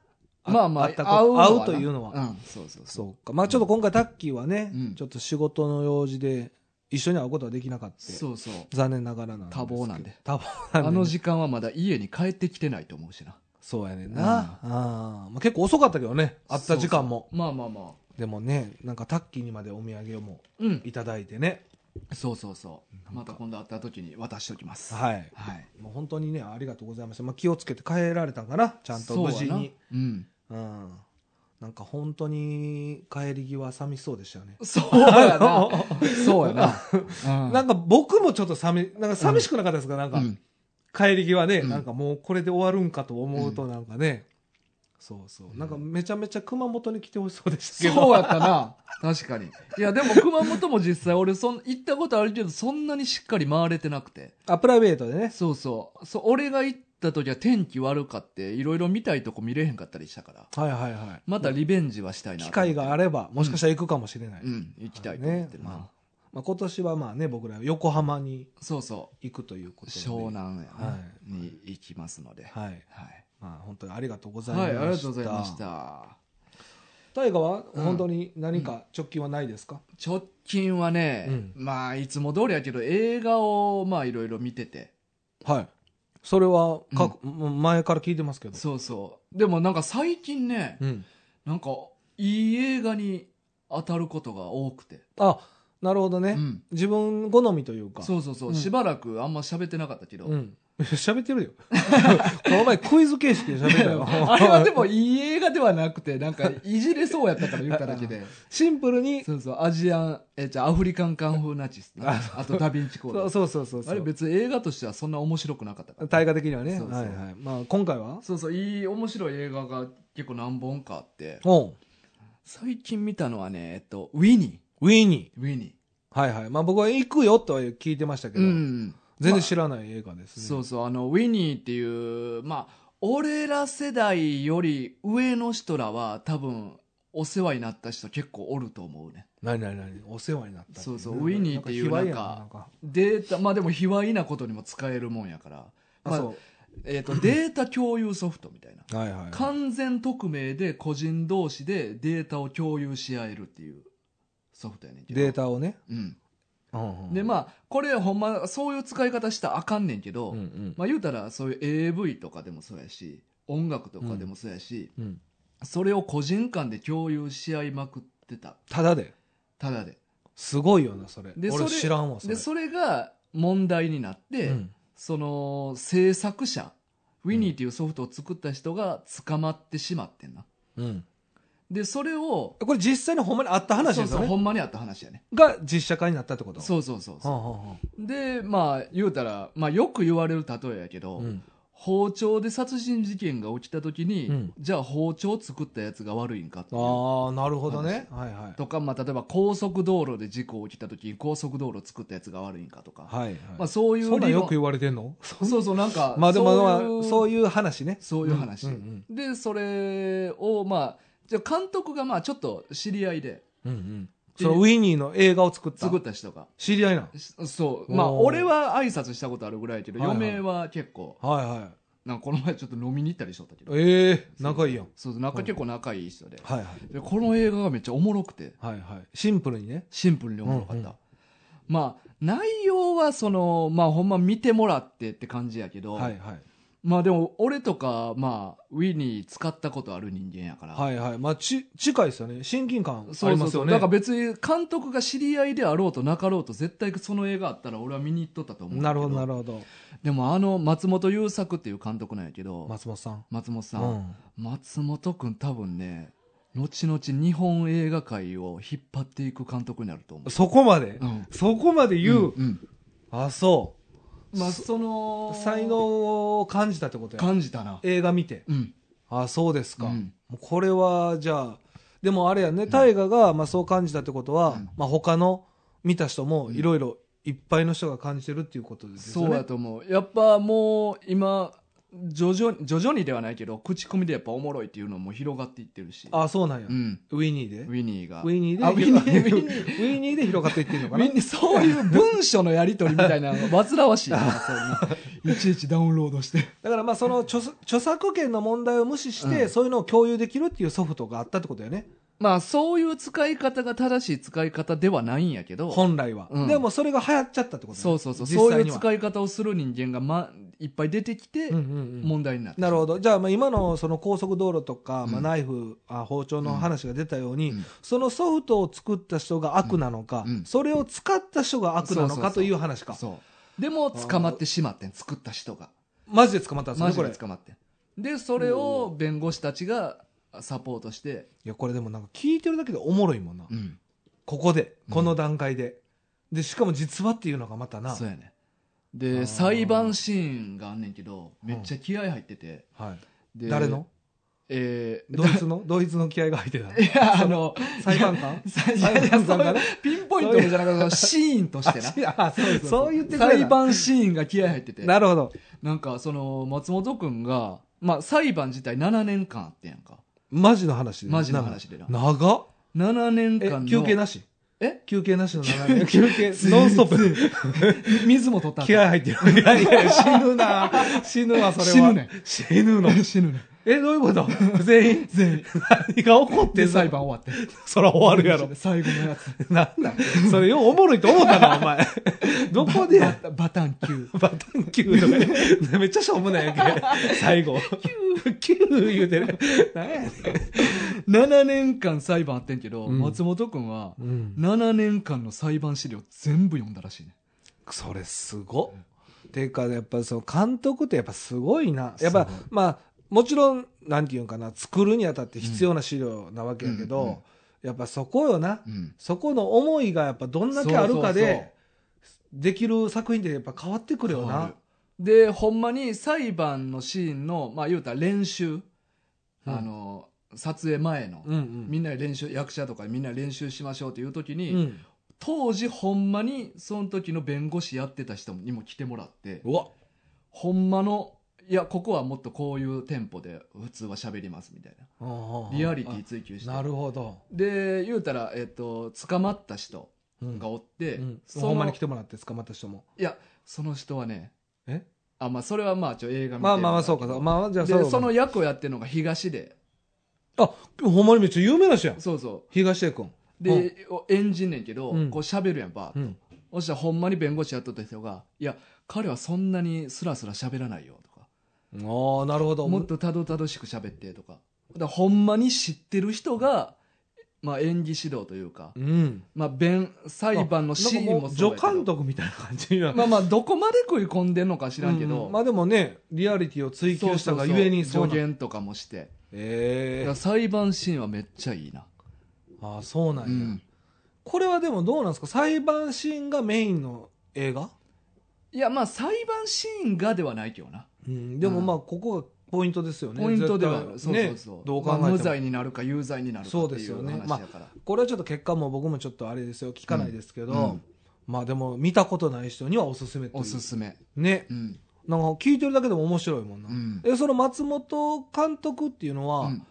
Speaker 1: まあまあ
Speaker 2: 会ったこ
Speaker 1: 会うのはな
Speaker 2: と会うというのは、
Speaker 1: うんそうそうそう
Speaker 2: そうかまあちょっと今回タッキーはね、
Speaker 1: うん
Speaker 2: ちょっと仕事の用事で一緒に会うことはできなかった
Speaker 1: そうそう
Speaker 2: 残念ながらなんですけど
Speaker 1: 多忙なんで
Speaker 2: 多忙なんでね
Speaker 1: あの時間はまだ家に帰ってきてないと思うしな
Speaker 2: そうやねんな、あーまあ、結構遅かったけどね会った時間も
Speaker 1: そうそうまあまあまあ
Speaker 2: でもねなんかタッキーにまでお土産をも
Speaker 1: うん
Speaker 2: いただいてね
Speaker 1: そうそうそう
Speaker 2: なん
Speaker 1: ま
Speaker 2: か
Speaker 1: た今度会った時に渡しておきますい
Speaker 2: はい
Speaker 1: はい
Speaker 2: もう本当にねありがとうございました、まあ、気をつけて帰られたんかなちゃんと無事
Speaker 1: そうや
Speaker 2: に
Speaker 1: なうん
Speaker 2: うんなんか本当に帰り際寂しそうでしたよね
Speaker 1: そうやなそうやなうん
Speaker 2: なんか僕もちょっと寂なんか寂しくなかったですか、なんか、
Speaker 1: うん
Speaker 2: 帰り際ね、
Speaker 1: うん
Speaker 2: なんかもうこれで終わるんかと思うとなんかね、そうそう、なんかめちゃめちゃ熊本に来てほしそうでしたけど
Speaker 1: そうやったな確かにいやでも熊本も実際俺そん行ったことあるけどそんなにしっかり回れてなくて
Speaker 2: あプライベートでね
Speaker 1: そうそうそう俺が行った時は天気悪かっていろいろ見たいとこ見れへんかったりしたから
Speaker 2: はいはいはい
Speaker 1: またリベンジはしたいな
Speaker 2: 機会があ
Speaker 1: れ
Speaker 2: ればもしかしたら行くかもしれない、
Speaker 1: うん行きたいと思ってるな、
Speaker 2: ねままあ、今年はまあね僕ら横浜に
Speaker 1: そうそ
Speaker 2: 行くというこ
Speaker 1: う
Speaker 2: とで
Speaker 1: 湘南やな
Speaker 2: は
Speaker 1: に行きますのではい、
Speaker 2: はいまあ本当にありがとうございま
Speaker 1: はい
Speaker 2: し
Speaker 1: あり
Speaker 2: た、
Speaker 1: がとうございました
Speaker 2: 大河は
Speaker 1: うん
Speaker 2: 本当に何か直近はないですか、
Speaker 1: 直近はね、
Speaker 2: うん
Speaker 1: まあいつも通りやけど映画をまあいろいろ見てて
Speaker 2: はいそれはか、もう前から聞いてますけど
Speaker 1: そうそうでもなんか最近ね、
Speaker 2: うん
Speaker 1: なんかいい映画に当たることが多くて、
Speaker 2: あなるほどね、
Speaker 1: うん
Speaker 2: 自分好みというか
Speaker 1: そうそうそう、
Speaker 2: うん
Speaker 1: しばらくあんま喋ってなかったけど、
Speaker 2: うん。 喋ってるよ。この前クイズ形式で喋った よ。
Speaker 1: あれはでもいい映画ではなくて、なんかいじれそうやったから言っただけで。
Speaker 2: シンプルに、
Speaker 1: そうそう、アジアン、え、じゃあアフリカンカンフーナチスなあとダヴィンチコー
Speaker 2: そう
Speaker 1: ド。
Speaker 2: そうそうそうそう。
Speaker 1: あれ別に映画としてはそんな面白くなかったから。
Speaker 2: 対価的にはね。
Speaker 1: そうそう
Speaker 2: はいはい。まあ今回は
Speaker 1: そうそう、いい面白い映画が結構何本かあって、
Speaker 2: おう
Speaker 1: 最近見たのはね、えっと、ウィニ
Speaker 2: ウィニ
Speaker 1: ー。ウィニ
Speaker 2: ー。はいはい。まあ僕は行くよとは聞いてました
Speaker 1: ー。
Speaker 2: けど、
Speaker 1: うん。
Speaker 2: 全然知らない映画ですね。
Speaker 1: そうそう、あの、ウィニーっていう、まあ、俺ら世代より上の人らは多分、お世話になった人結構おると思うね
Speaker 2: 何何何お世話になったってい
Speaker 1: そうそうウィニーっていう
Speaker 2: なんか卑猥や
Speaker 1: なんデータまあでも卑猥なことにも使えるもんやからま
Speaker 2: あ
Speaker 1: あ
Speaker 2: そ
Speaker 1: え ー、とデータ共有ソフトみたいな
Speaker 2: うはいはいはい
Speaker 1: 完全匿名で個人同士でデータを共有し合えるっていうソフトやねんけど
Speaker 2: データをね
Speaker 1: うん、
Speaker 2: うんうん
Speaker 1: でまあこれほんまそういう使い方したらあかんねんけど、
Speaker 2: うんうん
Speaker 1: まあ言うたらそういう AV とかでもそうやし音楽とかでもそうやし、
Speaker 2: うん
Speaker 1: それを個人間で共有し合いまくってた
Speaker 2: ただで
Speaker 1: ただです
Speaker 2: ごいよなそれ
Speaker 1: で
Speaker 2: 俺
Speaker 1: それ
Speaker 2: 知らんわそれ
Speaker 1: でそれが問題になって、
Speaker 2: うん
Speaker 1: その制作者ウィニーっていうソフトを作った人が捕まってしまってんな
Speaker 2: うん
Speaker 1: でそれを
Speaker 2: これ実際にほんまにあった話です
Speaker 1: そ
Speaker 2: よ
Speaker 1: うそうほ
Speaker 2: ね
Speaker 1: んまにあった話やね
Speaker 2: が実写化になったってこと
Speaker 1: そうそうそう
Speaker 2: は
Speaker 1: そ
Speaker 2: あは
Speaker 1: うでまあ言うたら、まあ、よく言われる例えやけ
Speaker 2: あ
Speaker 1: ど、
Speaker 2: はあうん
Speaker 1: 包丁で殺人事件が起きた時に、
Speaker 2: うん
Speaker 1: じゃあ包丁を作ったやつが悪いんかっていう
Speaker 2: ああなるほどねはいはい
Speaker 1: とか、まあ、例えば高速道路で事故起きた時に高速道路作ったやつが悪いんかとか、
Speaker 2: はいはい
Speaker 1: まあ、そういう
Speaker 2: そんなん
Speaker 1: 理論
Speaker 2: よく言われてんの
Speaker 1: そうそうなんか
Speaker 2: まあでもまあそう
Speaker 1: いう
Speaker 2: いう話ね
Speaker 1: そういう話、
Speaker 2: うんうん
Speaker 1: でそれをまあじゃあ監督がまあちょっと知り合いで
Speaker 2: うんうんそのウィニーの映画を作った
Speaker 1: 作った人が
Speaker 2: 知り合いなん
Speaker 1: しそうまあ
Speaker 2: おー
Speaker 1: 俺は挨拶したことあるぐらいやけど、
Speaker 2: はいはい
Speaker 1: 嫁は結構
Speaker 2: はいはい
Speaker 1: なんかこの前ちょっと飲みに行ったりしとったけど
Speaker 2: ええ仲いいやん
Speaker 1: そうなんか結構仲いい人で,、
Speaker 2: はいはい
Speaker 1: でこの映画がめっちゃおもろくて
Speaker 2: はいはいシンプルにね
Speaker 1: シンプルにおもろかった、
Speaker 2: うんうん
Speaker 1: まあ内容はそのまあほんま見てもらってって感じやけど、
Speaker 2: はいはい
Speaker 1: まあでも俺とかまあウィニー使ったことある人間やから、
Speaker 2: はいはいまあち近いですよね親近感あ
Speaker 1: そう
Speaker 2: り
Speaker 1: そ
Speaker 2: ま
Speaker 1: う
Speaker 2: す
Speaker 1: そ
Speaker 2: よ
Speaker 1: う、
Speaker 2: ね
Speaker 1: だから別に監督が知り合いであろうとなかろうと絶対その映画あったら俺は見に行っとったと思うんだ
Speaker 2: な
Speaker 1: け
Speaker 2: る
Speaker 1: ど
Speaker 2: ほどなるほど
Speaker 1: でもあの松本優作っていう監督なんやけど、
Speaker 2: 松本さん
Speaker 1: 松本さ、
Speaker 2: うんん
Speaker 1: 松本君多分ね後々日本映画界を引っ張っていく監督になると思う
Speaker 2: そこまで、
Speaker 1: うん
Speaker 2: そこまで言う、
Speaker 1: ん
Speaker 2: あそ
Speaker 1: まあその
Speaker 2: う才能を感じたってことや
Speaker 1: 感じたな
Speaker 2: 映画見て
Speaker 1: うん
Speaker 2: あそうですか、
Speaker 1: うん
Speaker 2: もうこれはじゃあでもあれやね大河がまあそう感じたってことは、
Speaker 1: うん
Speaker 2: まあ、他の見た人も
Speaker 1: うん
Speaker 2: いろいろいっぱいの人が感じてるっていうことです
Speaker 1: そ
Speaker 2: よ
Speaker 1: う
Speaker 2: ね、
Speaker 1: やと思うやっぱもう今徐々に徐々にではないけど口コミでやっぱおもろいっていうのも広がっていってるし
Speaker 2: あそうなんや、
Speaker 1: うん
Speaker 2: ウィニーで
Speaker 1: ウィニーが
Speaker 2: ウィニーで
Speaker 1: あウィニー
Speaker 2: ウ
Speaker 1: ウ
Speaker 2: ィ
Speaker 1: ィ
Speaker 2: ニ
Speaker 1: ニ
Speaker 2: ー
Speaker 1: ー
Speaker 2: で広がっていってるのかな
Speaker 1: みんなそういう文書のやり取りみたいなのが煩わしい なそんないちいちダウンロードして
Speaker 2: だからまあその著作著作権の問題を無視して、
Speaker 1: うん
Speaker 2: そういうのを共有できるっていうソフトがあったってことやね
Speaker 1: まあそういう使い方が正しい使い方ではないんやけど
Speaker 2: 本来は、
Speaker 1: うん
Speaker 2: でもそれが流行っちゃったってことね
Speaker 1: そうそうそう
Speaker 2: 実
Speaker 1: そうい
Speaker 2: 際
Speaker 1: う
Speaker 2: には
Speaker 1: 使い方をする人間が、ま、いっぱい出てきて
Speaker 2: うんうんうん
Speaker 1: 問題になって
Speaker 2: なるほどじゃあまあ今のその高速道路とか、まあ、
Speaker 1: うん
Speaker 2: ナイフあ包丁の話が出たように、
Speaker 1: うん
Speaker 2: そのソフトを作った人が悪なのか、
Speaker 1: うんうん
Speaker 2: それを使った人が悪なの
Speaker 1: そうそうそ
Speaker 2: か
Speaker 1: う
Speaker 2: という話か
Speaker 1: そうでも捕まってしまってん作った人が
Speaker 2: マジで捕まったんです
Speaker 1: マ
Speaker 2: ね
Speaker 1: ジ
Speaker 2: こ
Speaker 1: で
Speaker 2: れい
Speaker 1: 捕まってんでそれを弁護士たちがサポートして、
Speaker 2: やこれでもなんか聞いてるだけでおもろいもんな、
Speaker 1: うん
Speaker 2: ここで
Speaker 1: うん
Speaker 2: この段階で、でしかも実はっていうのがまたな
Speaker 1: そうやね
Speaker 2: あー
Speaker 1: で裁判シーンがあんねんけどめっちゃ気合入ってて、
Speaker 2: はい、
Speaker 1: で
Speaker 2: 誰 の
Speaker 1: えー
Speaker 2: ドイツのドイツの気合が入 ってたの
Speaker 1: いや、 あの、
Speaker 2: 裁判官
Speaker 1: 裁
Speaker 2: 裁判官がね
Speaker 1: ピンポイントのじゃなくてその、シーンとしてな。
Speaker 2: あそうそうそう言ってくれ
Speaker 1: 裁判シーンが気合入ってて。
Speaker 2: なるほど
Speaker 1: なんか、その、松本くんが、まあ、裁判自体7年間あってんやんか。
Speaker 2: マジの話で
Speaker 1: マジの話でな。
Speaker 2: 長っ
Speaker 1: 7年
Speaker 2: え
Speaker 1: 間の。
Speaker 2: 休憩なし
Speaker 1: え
Speaker 2: 休憩なしの7年休 憩ノンストップ
Speaker 1: 水も取ったん
Speaker 2: 気
Speaker 1: か
Speaker 2: 合入ってる いやいや死ぬな死ぬわそれは
Speaker 1: 死ぬね
Speaker 2: 死ぬの
Speaker 1: 死ぬね。
Speaker 2: えどういう こと全員
Speaker 1: 全員。
Speaker 2: 何が起こっ
Speaker 1: で、
Speaker 2: てんの
Speaker 1: 裁判終わって。
Speaker 2: そら終わるやろ
Speaker 1: 最後のやつ。
Speaker 2: なんだそれようおもろいと思っ たなお前どこでや
Speaker 1: ババタン 級。
Speaker 2: バタンキューとか めっちゃしょうもないやんけ最後キューキュー言うてる何やねん
Speaker 1: 7年間裁判あってんけど、
Speaker 2: うん
Speaker 1: 松本くんは、
Speaker 2: うん
Speaker 1: 7年間の裁判資料全部読んだらしいね。
Speaker 2: それすごっ。ていうか、やっぱその監督ってやっぱすごいな。やっ
Speaker 1: すご
Speaker 2: ぱ
Speaker 1: い、
Speaker 2: まあ、もちろん、なんていうんかな、作るにあたって必要な資料なわけやけど、
Speaker 1: うんうんうん
Speaker 2: やっぱそこよな。
Speaker 1: うん。
Speaker 2: そこの思いがやっぱどんだけあるかで、
Speaker 1: そうそうそう
Speaker 2: できる作品ってやっぱ変わってくるよな。
Speaker 1: でほんまに裁判のシーンのまあ言うたら練習、
Speaker 2: うん
Speaker 1: あの撮影前の、
Speaker 2: うんうん。
Speaker 1: みんなで練習役者とかみんなで練習しましょうっていう時に、
Speaker 2: うん。
Speaker 1: 当時ほんまにその時の弁護士やってた人にも来てもらって
Speaker 2: うわ
Speaker 1: ほんまのいや、ここはもっとこういうテンポで普通は喋りますみたいな。リアリティ追求して。
Speaker 2: なるほど、
Speaker 1: で、言うたら、えっと、捕まった人
Speaker 2: うん
Speaker 1: がおって、
Speaker 2: うん、
Speaker 1: その
Speaker 2: ほんまに来てもらって捕まった人も
Speaker 1: いや、その人はね、
Speaker 2: え
Speaker 1: あ、まあ、それはまあ、ちょ、映画見て
Speaker 2: まあまあまあそうかそうかまあじゃあ
Speaker 1: で、
Speaker 2: う
Speaker 1: その役をやってるのが東で。
Speaker 2: あほんまにめっちゃ有名な人やん
Speaker 1: そうそ
Speaker 2: 東出君
Speaker 1: う。で、演じんねんけど、
Speaker 2: うん
Speaker 1: こう喋るやん、ばーっと
Speaker 2: うん、
Speaker 1: そしたらほんまに弁護士やっとった人が、いや、彼はそんなにスラスラ喋らないよとか、
Speaker 2: ああなるほど
Speaker 1: もっとたどたどしく喋ってとか。だからほんまに知ってる人が、まあ演技指導というか
Speaker 2: う、ん
Speaker 1: まあ弁、裁判のシーンも
Speaker 2: そ
Speaker 1: そうう
Speaker 2: 助
Speaker 1: やけど
Speaker 2: 監督みたいな感じや
Speaker 1: まあまあどこまで食い込んでんのか知らんけど、
Speaker 2: うんまあでもねリアリティを追求したがゆえに
Speaker 1: そうそうそう
Speaker 2: なん
Speaker 1: 助言とかもして。だ
Speaker 2: え
Speaker 1: か
Speaker 2: え
Speaker 1: ら裁判シーンはめっちゃいいな。
Speaker 2: ああそうなん
Speaker 1: う
Speaker 2: や、
Speaker 1: ん
Speaker 2: これはでもどうなんですか裁判シーンがメインの映画、
Speaker 1: いやまあ裁判シーンがではないけどな。
Speaker 2: うん、でもまあここがポイントですよね
Speaker 1: ポイントではある。
Speaker 2: 絶
Speaker 1: そ
Speaker 2: 対
Speaker 1: う
Speaker 2: ね
Speaker 1: そうそう。
Speaker 2: どう考えても、
Speaker 1: まあ無罪になるか有罪になるか
Speaker 2: そう
Speaker 1: って
Speaker 2: です
Speaker 1: い
Speaker 2: よ
Speaker 1: う
Speaker 2: ね
Speaker 1: 話やから。
Speaker 2: これはちょっと結果も僕もちょっとあれですよ聞かないですけど、
Speaker 1: うんうん
Speaker 2: まあでも見たことない人にはおすすめという
Speaker 1: おすすめ。
Speaker 2: ね
Speaker 1: うん。
Speaker 2: なんか聞いてるだけでも面白いもんな、
Speaker 1: うん
Speaker 2: えその松本監督っていうのは、
Speaker 1: うん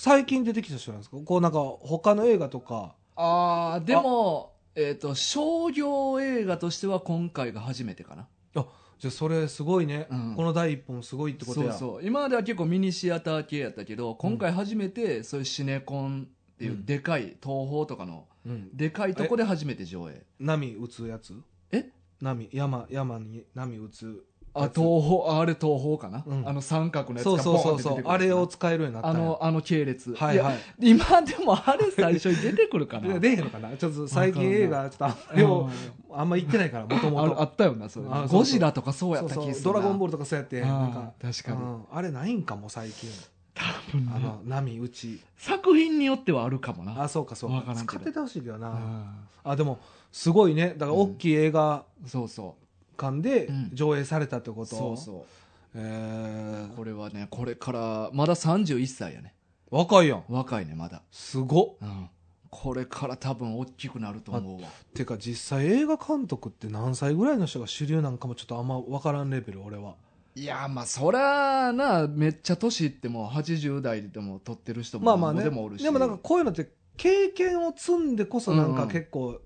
Speaker 2: 最近出てきた人なんですかこうなんか他の映画とか
Speaker 1: ああ、でも、えっ、と、商業映画としては今回が初めてかな。
Speaker 2: あじゃあそれすごいね、
Speaker 1: うん
Speaker 2: この第一歩もすごいってこと
Speaker 1: そう
Speaker 2: や
Speaker 1: そう。今までは結構ミニシアター系やったけど、今回初めてそういうシネコンっていう
Speaker 2: うん
Speaker 1: でかい、東宝とかの、
Speaker 2: うん、
Speaker 1: でかいとこで初めて上映。
Speaker 2: 波打つやつ
Speaker 1: え
Speaker 2: 波山山に波打つ
Speaker 1: あ、東宝、あれ東宝かな、
Speaker 2: うん
Speaker 1: あの三角のやつ
Speaker 2: そ
Speaker 1: が
Speaker 2: うそうそう
Speaker 1: ボーン
Speaker 2: そ
Speaker 1: って出てく
Speaker 2: う
Speaker 1: るやつな
Speaker 2: あれを使えるようになった
Speaker 1: あ
Speaker 2: んや
Speaker 1: の、あの系列。
Speaker 2: はいはい
Speaker 1: や今でもあれ最初に出てくるかな。
Speaker 2: で出へんのかなちょっと最近
Speaker 1: わかんない
Speaker 2: 映画ちょっとあんま
Speaker 1: う
Speaker 2: り
Speaker 1: ん
Speaker 2: をあんま行っ てないからもとも
Speaker 1: あるあ
Speaker 2: と
Speaker 1: ったよな、それ。
Speaker 2: あそうそう
Speaker 1: ゴジラとかそうやった気がする
Speaker 2: ドラゴンボー
Speaker 1: ル
Speaker 2: ルとかそうやって
Speaker 1: て
Speaker 2: なんか
Speaker 1: 確かに。
Speaker 2: うんあれないんかも最近
Speaker 1: 多分な
Speaker 2: あの波打ち
Speaker 1: 作品によってはあるかもな。
Speaker 2: あそうかそう
Speaker 1: わ
Speaker 2: か
Speaker 1: からんけ
Speaker 2: 使
Speaker 1: ど
Speaker 2: っててほしいけどな
Speaker 1: あ
Speaker 2: あでもすごいねだから大きい映画
Speaker 1: ーそうそ
Speaker 2: 館で
Speaker 1: うん
Speaker 2: 上映されたってこ
Speaker 1: う。
Speaker 2: と
Speaker 1: そうそう。
Speaker 2: えー
Speaker 1: これはね、これから、まだ31歳やね。
Speaker 2: 若いやん
Speaker 1: 若いね、まだ。
Speaker 2: すごっ
Speaker 1: うん。これから多分大きくなると思うわ。
Speaker 2: てか実際映画監督って何歳ぐらいの人が主流なんかもちょっとあんま分からんレベル俺はい
Speaker 1: や、まあ、そりゃな、めっちゃ年いっても、80代でも撮ってる人も、
Speaker 2: まあまあね
Speaker 1: でもおるし。
Speaker 2: でもなんかこういうのって経験を積んでこそなんか結構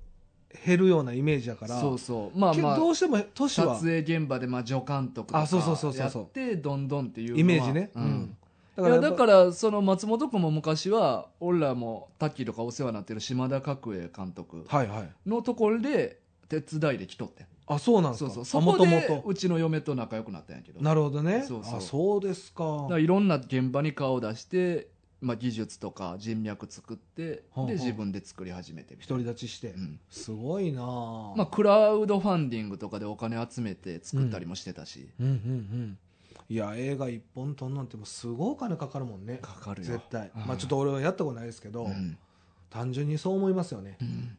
Speaker 2: 減るようなイメージやから、
Speaker 1: そうそう。まあ
Speaker 2: けど
Speaker 1: まあ。
Speaker 2: どうしても年
Speaker 1: 撮
Speaker 2: は
Speaker 1: 影現場でまあ助監督とか
Speaker 2: あそうそうそうそ
Speaker 1: や
Speaker 2: うそう
Speaker 1: ってどんどんっていうのは
Speaker 2: イメージね、
Speaker 1: うん
Speaker 2: だ
Speaker 1: いやだ
Speaker 2: やっ
Speaker 1: か
Speaker 2: ぱ
Speaker 1: らその松本君も昔は俺らもタッキーとかお世話になってる島田角栄監督
Speaker 2: はいはい
Speaker 1: のところで手伝いで来とってん
Speaker 2: あそうなんで
Speaker 1: そ
Speaker 2: す
Speaker 1: う
Speaker 2: か
Speaker 1: そうそこ
Speaker 2: も
Speaker 1: で
Speaker 2: と
Speaker 1: うちの嫁と仲良くなったんやけど
Speaker 2: なるほどね
Speaker 1: そうそう
Speaker 2: あそうですか
Speaker 1: だからいろんな現場に顔を出して、まあ、技術とか人脈作って
Speaker 2: はあはあ
Speaker 1: で自分で作り始めてみたい
Speaker 2: 独り立ちし
Speaker 1: な、
Speaker 2: て、
Speaker 1: うん
Speaker 2: すごいなあ
Speaker 1: まあ、クラウドファンディングとかでお金集めて作ったりもしてたし、
Speaker 2: うんうんうんいや映画一本撮んなんてもうすごいお金かかるもんね
Speaker 1: かかるよ
Speaker 2: 絶対、
Speaker 1: うん
Speaker 2: まあちょっと俺はやったことないですけど、
Speaker 1: うん
Speaker 2: 単純にそう思いますよね
Speaker 1: うん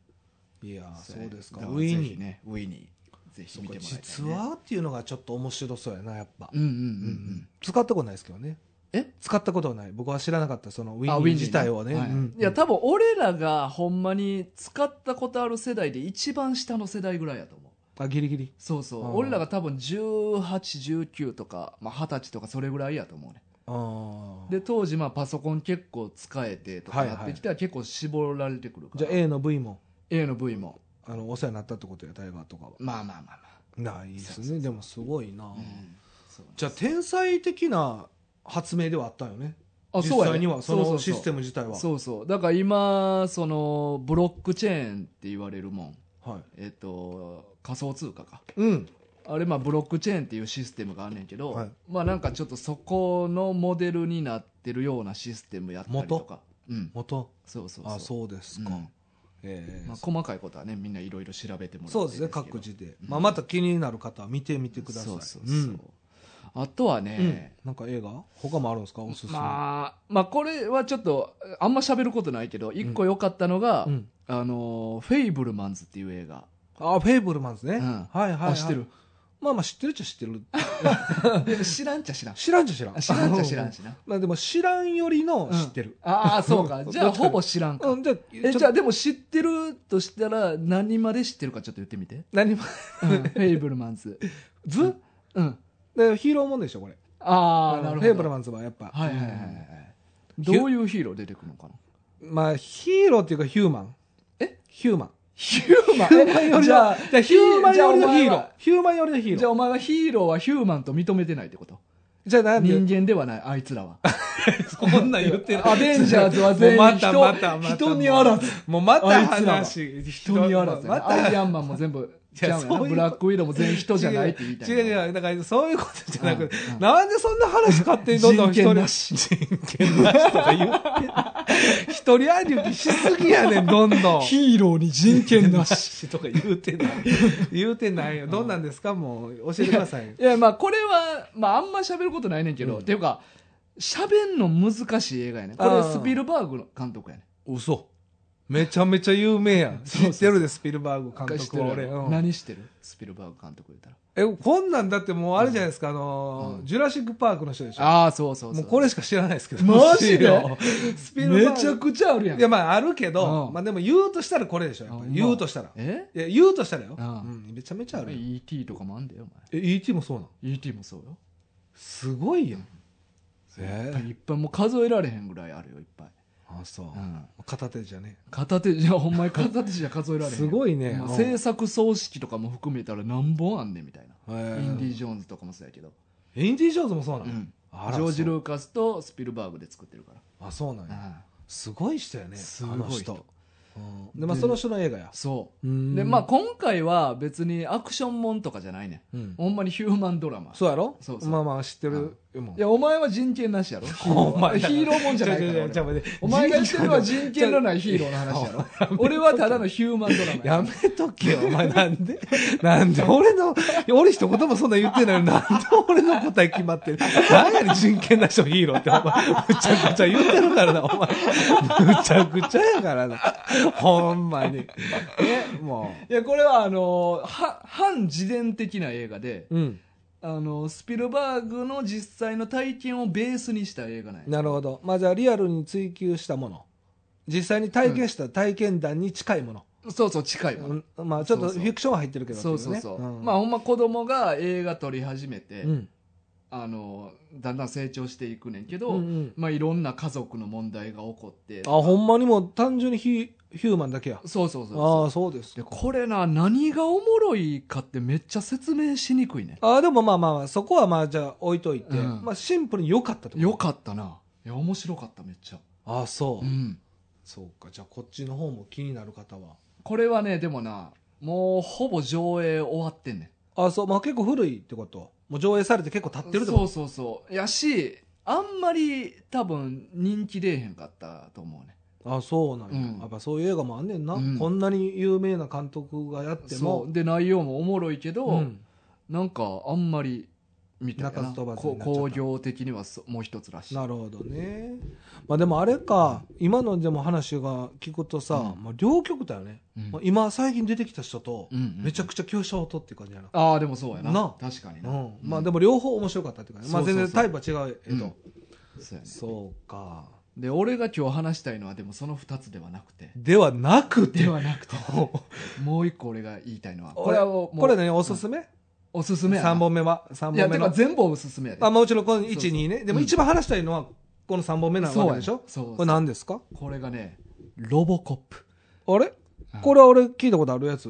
Speaker 2: いやーそうですか
Speaker 1: だら
Speaker 2: ウィーン
Speaker 1: ぜひねウィニーぜひ見てもらいたい、ね、
Speaker 2: 実はっていうのがちょっと面白そうやなやっぱ、
Speaker 1: うんうんうん
Speaker 2: 使ったことないですけどね
Speaker 1: え
Speaker 2: 使ったことはない僕は知らなかったそのウ
Speaker 1: うん
Speaker 2: ィンウィン自体をね
Speaker 1: はい
Speaker 2: うん
Speaker 1: いや多分俺らがほんまに使ったことある世代で一番下の世代ぐらいやと思う
Speaker 2: あギリギリ
Speaker 1: そうそう、
Speaker 2: うん
Speaker 1: 俺らが多分1819とか、まあ、20歳とかそれぐらいやと思うね
Speaker 2: あ
Speaker 1: で当時まあパソコン結構使えてとか
Speaker 2: はいは
Speaker 1: ないってきたら結構絞られてくる
Speaker 2: あ
Speaker 1: から、
Speaker 2: じゃあ A の V も
Speaker 1: A の V も
Speaker 2: あのお世話になったってことや大河とかは
Speaker 1: まあまあまあ
Speaker 2: ないで
Speaker 1: そ
Speaker 2: す
Speaker 1: うそうそ
Speaker 2: ね
Speaker 1: う
Speaker 2: でもすごいな、
Speaker 1: まあ、うんそう
Speaker 2: じゃあ天才的な発明ではあったよね
Speaker 1: あ
Speaker 2: 実
Speaker 1: そうやね
Speaker 2: 際にはそ
Speaker 1: そうそ
Speaker 2: の
Speaker 1: うそう
Speaker 2: システム自体は
Speaker 1: そうそうだから今そのブロックチェーンって言われるもん
Speaker 2: はい
Speaker 1: えっと、仮想通貨か。
Speaker 2: うん
Speaker 1: あれ、まあ、ブロックチェーンっていうシステムがあんねんけど、
Speaker 2: はい
Speaker 1: まあ、なんかちょっとそこのモデルになってるようなシステムやったりとか。うん。
Speaker 2: 元
Speaker 1: そうそうそう。
Speaker 2: あそうですか、
Speaker 1: うん
Speaker 2: ええ
Speaker 1: まあ、細かいことはね、みんないろいろ調べてもらって。
Speaker 2: そうですね各自で、
Speaker 1: うん
Speaker 2: まあ、また気になる方は見てみてください
Speaker 1: そうそうそう。
Speaker 2: ん
Speaker 1: あとは
Speaker 2: うん
Speaker 1: ね、
Speaker 2: なんか映画他もあるんですかおすすめ、
Speaker 1: まあ、まあ、これはちょっと、あんま喋ることないけど、一個良かったのが、
Speaker 2: うん、
Speaker 1: あの、フェイブルマンズっていう映画。
Speaker 2: あフェイブルマンですね、
Speaker 1: うん
Speaker 2: はいはい、はい、
Speaker 1: あ、知ってる。
Speaker 2: まあまあ知ってるっちゃ知ってる
Speaker 1: でも知らんちゃ知らん。
Speaker 2: 知らんじゃ知らん
Speaker 1: 知らんちゃ知らんしな。
Speaker 2: まあでも知らんよりの
Speaker 1: うん
Speaker 2: 知ってる、
Speaker 1: ああ、そうか。
Speaker 2: うん
Speaker 1: じゃあ、ほぼ知らん
Speaker 2: う
Speaker 1: か
Speaker 2: ん。じゃあ
Speaker 1: え、
Speaker 2: ちょっ
Speaker 1: じ
Speaker 2: と
Speaker 1: ゃあ、でも知ってるとしたら、何まで知ってるかちょっと言ってみて。
Speaker 2: 何 も
Speaker 1: フェイブルマンズ。
Speaker 2: 図
Speaker 1: うん。
Speaker 2: でヒーローもんでしょこれ
Speaker 1: あ
Speaker 2: あ
Speaker 1: あ、なるほど。
Speaker 2: フェイブルマンズはやっぱ。
Speaker 1: はいはいはいは
Speaker 2: うん
Speaker 1: い。どういうヒーロー出てくるのかな
Speaker 2: まあ、ヒーローっていうかヒューマン。
Speaker 1: え
Speaker 2: ヒューマン。
Speaker 1: ヒューマン。
Speaker 2: ヒューマン寄りの、
Speaker 1: じゃあ、
Speaker 2: じゃあヒューマン寄りのヒー
Speaker 1: じゃあお前
Speaker 2: ロー
Speaker 1: は。
Speaker 2: ヒューマン寄りのヒー
Speaker 1: じゃ
Speaker 2: ロー。
Speaker 1: あお前はヒーローはヒューマンと認めてないってこと
Speaker 2: じゃあ、なんで
Speaker 1: 人間ではない、あいつらは。
Speaker 2: こんなん言ってる。
Speaker 1: アベンジャーズは全員
Speaker 2: もうまた
Speaker 1: 人
Speaker 2: またまた
Speaker 1: 人にあらず。
Speaker 2: もうま
Speaker 1: あ
Speaker 2: た
Speaker 1: いつらは
Speaker 2: 話。
Speaker 1: 人にあらずや
Speaker 2: ま
Speaker 1: な。
Speaker 2: た
Speaker 1: アイアンマンも全部、ちゃうや
Speaker 2: いや
Speaker 1: な
Speaker 2: そういう
Speaker 1: ブラックウィドウも全員人じゃないって言いたいな。
Speaker 2: 違う違う違うだからそういうことじゃなくて、
Speaker 1: うんうん
Speaker 2: なんでそんな話勝手にどんどん一人
Speaker 1: 人権な
Speaker 2: し人権なしとか言って一人歩きしすぎやねんどんどん
Speaker 1: ヒーローに人権なし。
Speaker 2: しとか言うてない言うてないよどんなんですかもう教えてくださいよ
Speaker 1: いや、まあこれは、まああんま喋ることないねんけど、
Speaker 2: うん
Speaker 1: っていうか、喋んの難しい映画やねんこ
Speaker 2: あ
Speaker 1: れ
Speaker 2: ー
Speaker 1: スピルバーグの監督やね
Speaker 2: 嘘めちゃめちゃ有名やん
Speaker 1: そうそ
Speaker 2: 知
Speaker 1: う
Speaker 2: ってるでスピルバーグ
Speaker 1: ん。
Speaker 2: 監督は
Speaker 1: 知って
Speaker 2: 俺、
Speaker 1: る
Speaker 2: うん
Speaker 1: 何してるスピルバーグ監督言ったら。
Speaker 2: えこんなんだってもうあれじゃないですか、あのー
Speaker 1: うん
Speaker 2: ジュラシック・パークの人でしょ
Speaker 1: ああ、そうそうそう。
Speaker 2: もうこれしか知らないですけど
Speaker 1: マジで
Speaker 2: スピルバーグ
Speaker 1: めちゃくちゃあるやん。
Speaker 2: いやまああるけど、
Speaker 1: うん
Speaker 2: まあでも言うとしたらこれでしょやっぱ
Speaker 1: う
Speaker 2: り
Speaker 1: ん
Speaker 2: 言うとしたら、
Speaker 1: え
Speaker 2: いや言うとしたらよ、
Speaker 1: うん
Speaker 2: うんめちゃめちゃあるよ、
Speaker 1: ?ET とかもあんだよ、お
Speaker 2: え ET もそうなの
Speaker 1: 前。ET もそうよ。
Speaker 2: すごいやんえ
Speaker 1: いっぱいもう数えられへんぐらいあるよいっぱい、
Speaker 2: あそう、
Speaker 1: うん
Speaker 2: 片手じゃね
Speaker 1: 片手じゃほんまに片手じゃ数えられへん
Speaker 2: すごいね
Speaker 1: まあ
Speaker 2: うん
Speaker 1: 制作総指揮とかも含めたら何本あんねんみたいな、
Speaker 2: イン
Speaker 1: インディ・
Speaker 2: ジ
Speaker 1: ジョーンズとかもそうやけど、
Speaker 2: インディ・ジョーンズもそうな
Speaker 1: う
Speaker 2: の、
Speaker 1: ん
Speaker 2: あら
Speaker 1: ジョージ・
Speaker 2: そう
Speaker 1: ルーカスとスピルバーグで作ってるか
Speaker 2: あそうなん
Speaker 1: ら、
Speaker 2: や、
Speaker 1: うん
Speaker 2: すごい人やね
Speaker 1: すごい
Speaker 2: あの
Speaker 1: 人
Speaker 2: 人、うんでまあ
Speaker 1: で
Speaker 2: その人の映画や
Speaker 1: そううんでまあ今回は別にアクションもんとかじゃないね
Speaker 2: うん
Speaker 1: んほんまにヒューマンドラマ
Speaker 2: そうやろ
Speaker 1: そうそう
Speaker 2: まあまあ知ってるもん
Speaker 1: いやお前は人権なしやろヒーロ
Speaker 2: お前
Speaker 1: ーヒーローもんじゃないから
Speaker 2: ちょちょちょ
Speaker 1: 俺は
Speaker 2: 待って
Speaker 1: お前が言ってるのは人権のないヒーローの話やろ俺はただのヒューマンドラマや
Speaker 2: やめとけよ、お前。なんでなんで俺の、俺一言もそんな言ってないのになんで俺の答え決まってる。なんやねん、人権な人ヒーローって、お前。むちゃくちゃ言ってるからな、お前。むちゃくちゃやからな。ほんまに。え、も
Speaker 1: いや、これはあのーは、反自伝的な映画で、
Speaker 2: う。うん。
Speaker 1: あのースピルバーグの実際の体験をベースにした映画なんや。
Speaker 2: なるほど。まあじゃあ、リアルに追求したもの。実際に体験した体験談に近いもの。
Speaker 1: そうそう、近いわ。
Speaker 2: うんまあ、ちょっと
Speaker 1: そう
Speaker 2: フ
Speaker 1: そう
Speaker 2: ィクションは入ってるけどってい
Speaker 1: そう
Speaker 2: ね、
Speaker 1: そうそう。
Speaker 2: ん
Speaker 1: まあ、ほんま子供が映画撮り始めて、
Speaker 2: うん。
Speaker 1: あのーだんだん成長していくねんけど、
Speaker 2: うんうん
Speaker 1: まあ、いろんな家族の問題が起こって
Speaker 2: あ、、ほんまにもう単純にヒヒューマンだけや。
Speaker 1: そうそうそう
Speaker 2: あ
Speaker 1: そ
Speaker 2: あ、そうです
Speaker 1: う。で、これな、何がおもろいかってめっちゃ説明しにくいね。
Speaker 2: あーでもまあまあまあそこはまあじゃあ置いといて、
Speaker 1: うん
Speaker 2: まあシンプルに良かったってこと
Speaker 1: よかったな。いや、面白かった、めっちゃ。
Speaker 2: ああそう、
Speaker 1: うん。
Speaker 2: そうかじゃあこっちの方も気になる方は
Speaker 1: これはね、でもな、もうほぼ上映終わってんねん。
Speaker 2: ああそうまあ結構古いってこともう上映されて結構経ってるって
Speaker 1: そ
Speaker 2: こと
Speaker 1: うそうそう。やし、あんまり多分人気出えへんかったと思うね。
Speaker 2: ああそうなんや、
Speaker 1: うん
Speaker 2: やっぱそういう映画もあんねんな、
Speaker 1: うん
Speaker 2: こんなに有名な監督がやって
Speaker 1: そ
Speaker 2: も
Speaker 1: う。で、内容もおもろいけど、
Speaker 2: うん
Speaker 1: なんかあんまり、みたい
Speaker 2: 鳴か
Speaker 1: な。
Speaker 2: ず飛ばず
Speaker 1: こ
Speaker 2: になっちゃった
Speaker 1: 工業的にはそもう一つらしい。
Speaker 2: なるほどねまあでもあれか今のでも話が聞くとさ、
Speaker 1: うん
Speaker 2: まあ、両極だよね、
Speaker 1: うん
Speaker 2: まあ、今最近出てきた人と
Speaker 1: うんうん
Speaker 2: めちゃくちゃ巨匠とっていう感じやな、
Speaker 1: ああ、でもそうやな。
Speaker 2: な
Speaker 1: 確かに
Speaker 2: う
Speaker 1: な。
Speaker 2: んまあ
Speaker 1: うん
Speaker 2: でも両方面白かったっていうかね、まあ、
Speaker 1: そうそう
Speaker 2: 全
Speaker 1: そう
Speaker 2: 然タイプは違うけど、
Speaker 1: そうやね。
Speaker 2: そうか
Speaker 1: で、俺が今日話したいのは、でもその二つではなくて。
Speaker 2: ではなくて
Speaker 1: ではなくて、 もう一個俺が言いたいのは、
Speaker 2: こ
Speaker 1: こ
Speaker 2: れ
Speaker 1: れ
Speaker 2: は
Speaker 1: は
Speaker 2: も
Speaker 1: も
Speaker 2: う
Speaker 1: う、
Speaker 2: これねおすすめ、
Speaker 1: おすす
Speaker 2: 三
Speaker 1: めやな。
Speaker 2: 3本目は3本
Speaker 1: いや、
Speaker 2: 目
Speaker 1: て
Speaker 2: の
Speaker 1: か全部おすすめやで。
Speaker 2: あもちろんこの
Speaker 1: そうそう
Speaker 2: 12ねでも
Speaker 1: うん
Speaker 2: 一番話したいのはこの3本目なわけでしょ
Speaker 1: そうやねそう
Speaker 2: これ何ですか
Speaker 1: これがね、ロボコップ。
Speaker 2: あれ
Speaker 1: うん
Speaker 2: これは俺聞いたことあるやつ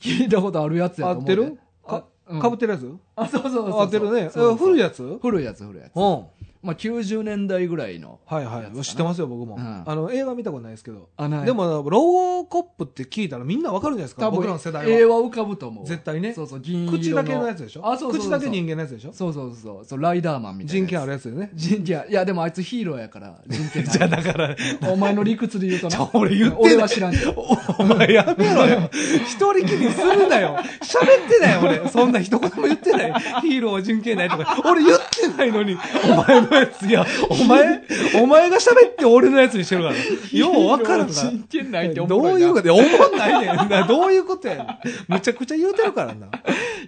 Speaker 1: 聞いたことあるやつや
Speaker 2: 合
Speaker 1: と思
Speaker 2: っ
Speaker 1: うで、
Speaker 2: てるかかぶっててるやつ
Speaker 1: あ、そうそうそうそう。
Speaker 2: 合ってるね
Speaker 1: そうそう
Speaker 2: え古いやつうん
Speaker 1: 古いやつ、古いやつ。
Speaker 2: は
Speaker 1: まあ、90年代ぐらいの。
Speaker 2: い
Speaker 1: やつ
Speaker 2: は
Speaker 1: か
Speaker 2: い
Speaker 1: な
Speaker 2: 知ってますよ僕も、
Speaker 1: うん
Speaker 2: あの映画見たことないですけど
Speaker 1: あ、な
Speaker 2: で、もローコップって聞いたらみんなわかるんじゃないですか僕らの世代は
Speaker 1: 絵は浮かぶと思う。
Speaker 2: 絶対ね
Speaker 1: そうそう、銀色
Speaker 2: 口だけのやつでしょ
Speaker 1: あ、そうそうそう。
Speaker 2: 口だけ人間のやつでしょ
Speaker 1: そうそうそうそう。ライダーマンみたいな。
Speaker 2: 人権ある
Speaker 1: る。
Speaker 2: やつ でね
Speaker 1: 人権あるいや、でもあいつヒーローやから、人 権
Speaker 2: じゃ
Speaker 1: な
Speaker 2: あ
Speaker 1: い。
Speaker 2: だから
Speaker 1: お前の理屈で言うと
Speaker 2: じ
Speaker 1: な
Speaker 2: ゃ。俺言ってない
Speaker 1: 俺は知らんけど。
Speaker 2: お前やめろよ。一人きりにするなよ。喋ってない俺。そんな一言も言ってない。ヒーローは人権ないとか。俺言ってないのに、お前のやつ、いや、お前、お前が喋って俺のやつにしてるから。ようわからん
Speaker 1: ヒーロー
Speaker 2: な
Speaker 1: は人権ないって思
Speaker 2: どういうこ
Speaker 1: と
Speaker 2: とや、思んないねんな。どういうことやねん。むちゃくちゃ言うてるからな。
Speaker 1: い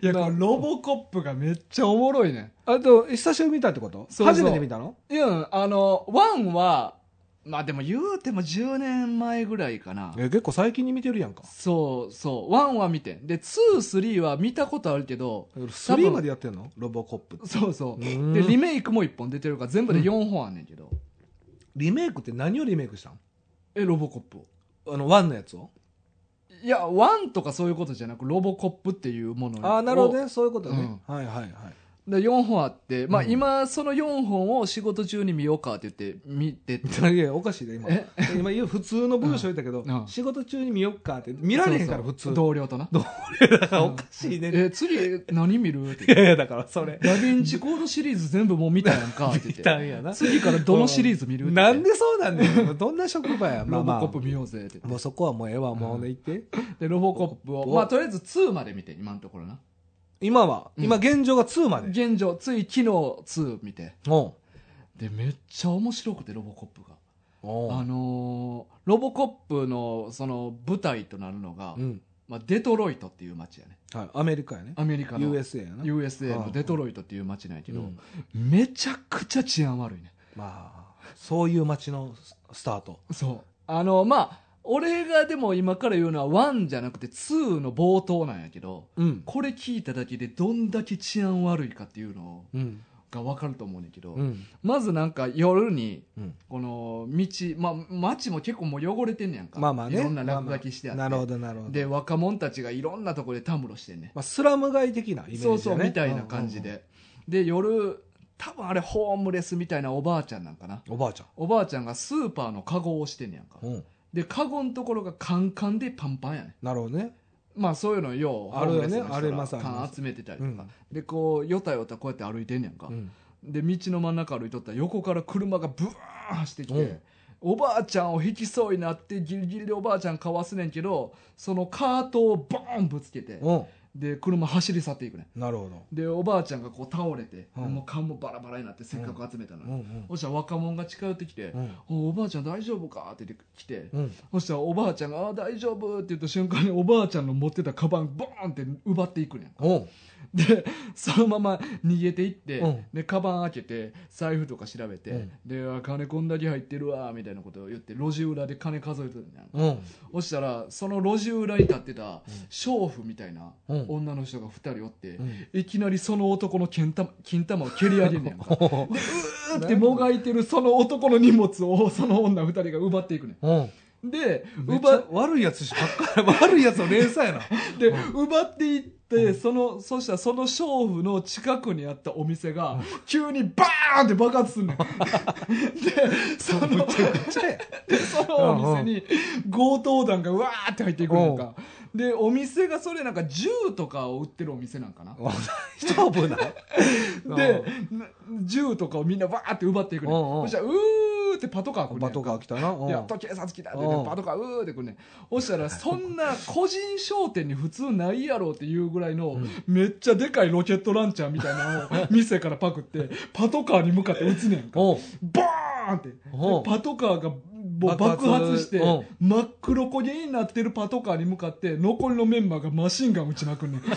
Speaker 1: や、このロボコップがめっちゃおもろいね。
Speaker 2: あと、久しぶりに見たってこと
Speaker 1: そうそう
Speaker 2: 初めて見たの
Speaker 1: いや、あの、ワンは、まあでも言うても10年前ぐらいかな
Speaker 2: え結構最近に見てるやんか
Speaker 1: そうそう1は見てんで23は見たことあるけど
Speaker 2: 3までやってんのロボコップって
Speaker 1: そうそううんでリメイクも1本出てるから全部で4本あんねんけど、
Speaker 2: リメイクって何をリメイクしたん
Speaker 1: えロボコップを
Speaker 2: あの1のやつを
Speaker 1: いや1とかそういうことじゃなくロボコップっていうものを
Speaker 2: ああなるほどねそういうことね、
Speaker 1: う
Speaker 2: はいはいはい
Speaker 1: で4本あって、まあ、
Speaker 2: うん
Speaker 1: 今その4本を仕事中に見ようかって言って見てて
Speaker 2: いやいやおかしいで今
Speaker 1: え
Speaker 2: 今言う普通の文章言ったけど、
Speaker 1: うんうん
Speaker 2: 仕事中に見よっかって見られへんから
Speaker 1: そう
Speaker 2: 普
Speaker 1: そ
Speaker 2: 通
Speaker 1: う同僚とな
Speaker 2: だからおかしいね、
Speaker 1: え次何見るって
Speaker 2: い
Speaker 1: 言って
Speaker 2: やいやだからそれ
Speaker 1: ダヴィンチコードシリーズ全部もう見たやん かって言っ
Speaker 2: 見たん
Speaker 1: て
Speaker 2: やな
Speaker 1: 次からどのシリーズ見るって言
Speaker 2: な
Speaker 1: って
Speaker 2: んでそうなんだよどんな職場やま
Speaker 1: ロ
Speaker 2: あま
Speaker 1: ボ
Speaker 2: あ
Speaker 1: コップ見ようぜって言って
Speaker 2: もうそこはもうええわもうね行って
Speaker 1: でロボコップを
Speaker 2: ロボコップを
Speaker 1: まあとりあえず2まで見て今のところな
Speaker 2: 今は
Speaker 1: うん
Speaker 2: 今現状が2まで
Speaker 1: 現状つい昨日2見て
Speaker 2: おう
Speaker 1: でめっちゃ面白くてロボコップが
Speaker 2: おう
Speaker 1: あのーロボコップのその舞台となるのが、
Speaker 2: うん
Speaker 1: まあ、デトロイトっていう街やね
Speaker 2: はいアメリカやね
Speaker 1: アメリカの
Speaker 2: USA やな
Speaker 1: USA
Speaker 2: う
Speaker 1: の
Speaker 2: ん
Speaker 1: デトロイトっていう街なんやけど、
Speaker 2: うん
Speaker 1: めちゃくちゃ治安悪いね
Speaker 2: まあそういう街のススタート
Speaker 1: そうあのまあ俺がでも今から言うのは1じゃなくて2の冒頭なんやけど
Speaker 2: うん
Speaker 1: これ聞いただけでどんだけ治安悪いかっていうの
Speaker 2: うん
Speaker 1: が分かると思うねんだけど、
Speaker 2: うん
Speaker 1: まずなんか夜に
Speaker 2: うん
Speaker 1: この道、まあ、街も結構もう汚れてんねやんか
Speaker 2: まあまあね
Speaker 1: いろんな落書きしてあって、
Speaker 2: なるほどなるほど
Speaker 1: で若者たちがいろんなとこでたむろしてんね
Speaker 2: まあ、スラム街的なイメージ、ね、
Speaker 1: そうそうみたいな感じで、で夜多分あれホームレスみたいなおばあちゃんなんかな
Speaker 2: うんうんうん、おばあちゃん
Speaker 1: おばあちゃんがスーパーのカゴをしてんねやんか、
Speaker 2: うん、
Speaker 1: でカゴのところがカンカンでパンパンやね
Speaker 2: なるほどね
Speaker 1: まあそういうのよう
Speaker 2: ある
Speaker 1: ホームレ
Speaker 2: よね
Speaker 1: スの人が
Speaker 2: ありますあります
Speaker 1: 缶集めてたりと
Speaker 2: う
Speaker 1: か、
Speaker 2: ん
Speaker 1: でこうよたよたこうやって歩いてんねやんか、
Speaker 2: うん
Speaker 1: で道の真ん中歩いとったら横から車がブワーン走ってきて、
Speaker 2: うん
Speaker 1: おばあちゃんを引きそうになってギリギリでおばあちゃんかわすねんけどそのカートをボーンぶつけて
Speaker 2: うん
Speaker 1: で車走り去っていくねん
Speaker 2: なるほど
Speaker 1: でおばあちゃんがこう倒れて、
Speaker 2: うん
Speaker 1: もう顔もバラバラになってせっかく集めたの
Speaker 2: う
Speaker 1: に、
Speaker 2: ん
Speaker 1: そしたら若者が近寄ってきて、
Speaker 2: うんうん
Speaker 1: おおばあちゃん大丈夫か?」って言って来て、
Speaker 2: うん
Speaker 1: そしたらおばあちゃんが「あー大丈夫」って言った瞬間におばあちゃんの持ってたカバンボーンって奪っていくねん
Speaker 2: うん
Speaker 1: でそのまま逃げていって、
Speaker 2: うん
Speaker 1: でカバン開けて財布とか調べて、
Speaker 2: うん
Speaker 1: であ金こんだけ入ってるわみたいなことを言って路地裏で金数えてるんやん
Speaker 2: うん
Speaker 1: そしたらその路地裏に立ってた娼婦みたいな
Speaker 2: うん
Speaker 1: 女の人が2人おって、
Speaker 2: うん
Speaker 1: いきなりその男の金玉金玉を蹴り上げんね やんか
Speaker 2: うん
Speaker 1: うーってもがいてるその男の荷物をその女2人が奪っていくね
Speaker 2: うん
Speaker 1: んで
Speaker 2: めっちゃ
Speaker 1: 奪っ
Speaker 2: 悪いやつ しばっかり悪いやつの連鎖やな
Speaker 1: で、奪っていって、その、そしたらその娼婦の近くにあったお店が、急にバーンって爆発すんねん。で、その、
Speaker 2: ちゃや
Speaker 1: でそのお店に強盗団がうわーって入っていくねんか。で、お店がそれなんか銃とかを売ってるお店なんかな。
Speaker 2: 大丈夫な
Speaker 1: で、な銃とかをみんなバーって奪っていくねん。
Speaker 2: うんうん
Speaker 1: そしたら、うーってパトカー来るねんか
Speaker 2: バトカー来たなうん
Speaker 1: やっと警察来たって言
Speaker 2: う
Speaker 1: っ
Speaker 2: ん
Speaker 1: て、パトカーうーってくんねん。そした ら、そんな個人商店に普通ないやろうっていうぐらいの、めっちゃでかいロケットランチャーみたいな のを店からパクって、パトカーに向かって撃つねんか。
Speaker 2: うん
Speaker 1: ボーンって。で
Speaker 2: うん
Speaker 1: パトカーがもう
Speaker 2: 爆発
Speaker 1: 爆発して
Speaker 2: うん、
Speaker 1: 真っ黒焦げになってるパトカーに向かって、残りのメンバーがマシンガン撃ちまくんねん。
Speaker 2: む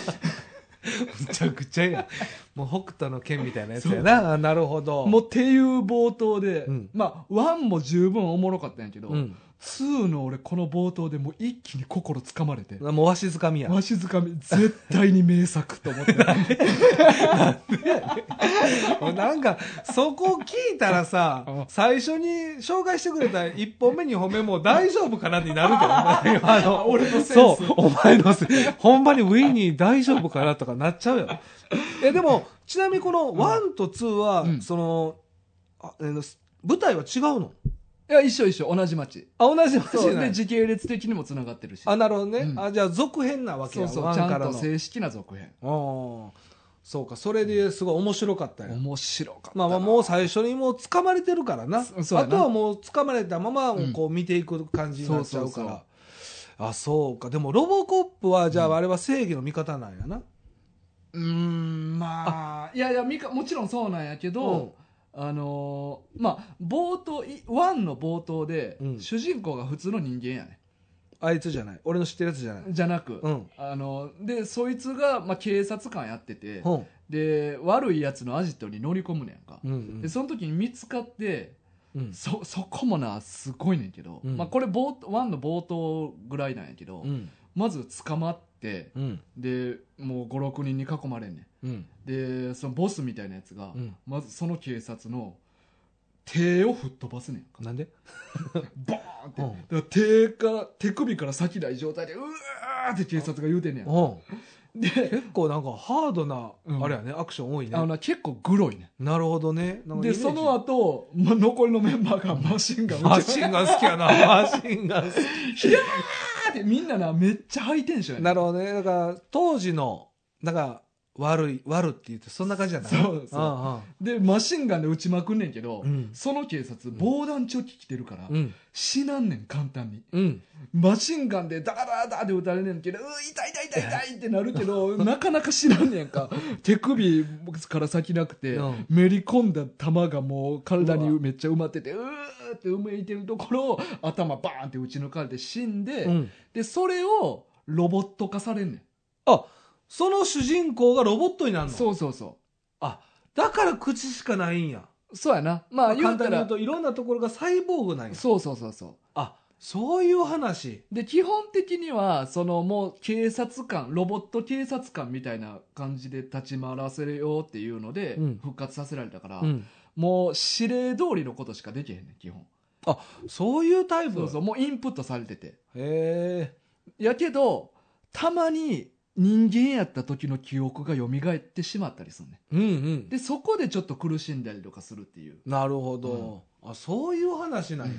Speaker 2: ちゃくちゃやもう北斗の剣みたいなやつやなあなるほど
Speaker 1: もうっていう冒頭で、
Speaker 2: うん
Speaker 1: まあ、1も十分おもろかったんやけど、
Speaker 2: うん
Speaker 1: 2の俺この冒頭でもう一気に心つかまれて、
Speaker 2: もうわしづかみや
Speaker 1: わしづかみ、絶対に名作と思 って。
Speaker 2: なんか、そこを聞いたら
Speaker 1: うん
Speaker 2: さ、最初に紹介してくれた1本目2本目も大丈夫かなになるけど、お 前あの、
Speaker 1: 俺のセンス
Speaker 2: そう、お前のせい。ほんまにウィニー大丈夫かなとかなっちゃうよ。え、でも、ちなみにこの1と2は、
Speaker 1: うん
Speaker 2: その、あえーす舞台は違うの
Speaker 1: いや、一緒一緒、同じ町。
Speaker 2: あ、同じ
Speaker 1: そう。
Speaker 2: な
Speaker 1: で、
Speaker 2: い
Speaker 1: 時系列的にも繋がってるし。
Speaker 2: あ、なるほどね。
Speaker 1: うん
Speaker 2: あ、じゃあ続編なわけ
Speaker 1: そ
Speaker 2: や、
Speaker 1: うそう、
Speaker 2: 1
Speaker 1: ちゃ
Speaker 2: か
Speaker 1: ん
Speaker 2: ら
Speaker 1: と
Speaker 2: の。
Speaker 1: 正式な続編。
Speaker 2: うんそうか、それですごい面白かったよ。
Speaker 1: 面白かったな。
Speaker 2: まあまあもう最初にもう掴まれてるからな。
Speaker 1: そそうや
Speaker 2: あ
Speaker 1: な
Speaker 2: とはもう掴まれたまま
Speaker 1: うん
Speaker 2: こう見ていく感じになっちゃうか
Speaker 1: そうそう
Speaker 2: ら。
Speaker 1: そう
Speaker 2: あ、そうか。でもロボコップはじゃ
Speaker 1: うん
Speaker 2: ああれは正義の味方なんやな。
Speaker 1: うーん、まあ、いやいや、みか、もちろんそうなんやけど、あのーまあ、冒頭、い1の冒頭で、
Speaker 2: うん
Speaker 1: 主人公が普通の人間やね。
Speaker 2: あいつじゃない。俺の知ってるやつじゃない。
Speaker 1: じゃなく、
Speaker 2: うん。
Speaker 1: あのーで、そいつが、まあ、警察官やってて、
Speaker 2: うん。
Speaker 1: で、悪い奴のアジトに乗り込むねやんか。
Speaker 2: うん
Speaker 1: で、その時に見つかって、
Speaker 2: うん
Speaker 1: そそこもなすごいねんけど、
Speaker 2: うん
Speaker 1: まあ、これ冒頭1の冒頭ぐらいなんやけど、
Speaker 2: うん
Speaker 1: まず捕まって
Speaker 2: うん
Speaker 1: でもう56人に囲まれんね
Speaker 2: うん
Speaker 1: んでそのボスみたいなやつが、
Speaker 2: うん
Speaker 1: まずその警察の手を吹っ飛ばすねんか
Speaker 2: なんで
Speaker 1: ボーンって、
Speaker 2: う
Speaker 1: だか
Speaker 2: ん
Speaker 1: ら手から手首から先ない状態でうわーって警察が言うてんねん
Speaker 2: うん
Speaker 1: で
Speaker 2: 結構なんかハードな
Speaker 1: うん
Speaker 2: あれやねアクション多い
Speaker 1: あの
Speaker 2: ね
Speaker 1: な結構グロいね
Speaker 2: なるほどねなん
Speaker 1: んで
Speaker 2: かイメージ
Speaker 1: その後、ま、残りのメンバーがマシンガン
Speaker 2: マ
Speaker 1: 撃ち
Speaker 2: シンが好きやなマシンが好き
Speaker 1: あーってみんななめっちゃハイテンションやねん
Speaker 2: なるほどね。だから、当時の、なんか、悪い、悪って言って、そんな感じだった
Speaker 1: そうそうでマシンガンで撃ちまくんねんけど、
Speaker 2: うん
Speaker 1: その警察防弾チョッキ着てるから、
Speaker 2: うん。
Speaker 1: 死なんねん簡単に
Speaker 2: うん。
Speaker 1: マシンガンでダラダラって撃たれんねんけどうー痛い痛い痛い痛いってなるけ どなかなか死なんねやんか手首から先なくて、
Speaker 2: うん
Speaker 1: めり込んだ弾がもう体
Speaker 2: う
Speaker 1: にめっちゃ埋まっててうーってうめいてるところを頭バーンって撃ち抜かれて死んで、
Speaker 2: うん。
Speaker 1: でそれをロボット化されんね
Speaker 2: あ、その主人公がロボットになる
Speaker 1: ん
Speaker 2: の
Speaker 1: そうそうそ
Speaker 2: あ、だから口しかないんや。
Speaker 1: うそうやなま
Speaker 2: ま
Speaker 1: あ
Speaker 2: あ、
Speaker 1: 言
Speaker 2: 簡
Speaker 1: う
Speaker 2: 単
Speaker 1: た
Speaker 2: に言う
Speaker 1: ら
Speaker 2: と、いろんなところがサイボーグなんや。
Speaker 1: そうそうそうそう
Speaker 2: あ、そういう話。
Speaker 1: で基本的にはそのもう警察官ロボット警察官みたいな感じで立ち回らせるよっていうので
Speaker 2: うん
Speaker 1: 復活させられたから、
Speaker 2: ん。
Speaker 1: もう指令通りのことしかできへんねん基本
Speaker 2: そういうタイプ。
Speaker 1: そうそうもうインプットされてて
Speaker 2: へ
Speaker 1: やけどたまに人間やった時の記憶が蘇ってしまったりするね
Speaker 2: え。うんうん。
Speaker 1: でそこでちょっと苦しんだりとかするっていう
Speaker 2: なるほど、あそういう話なんや、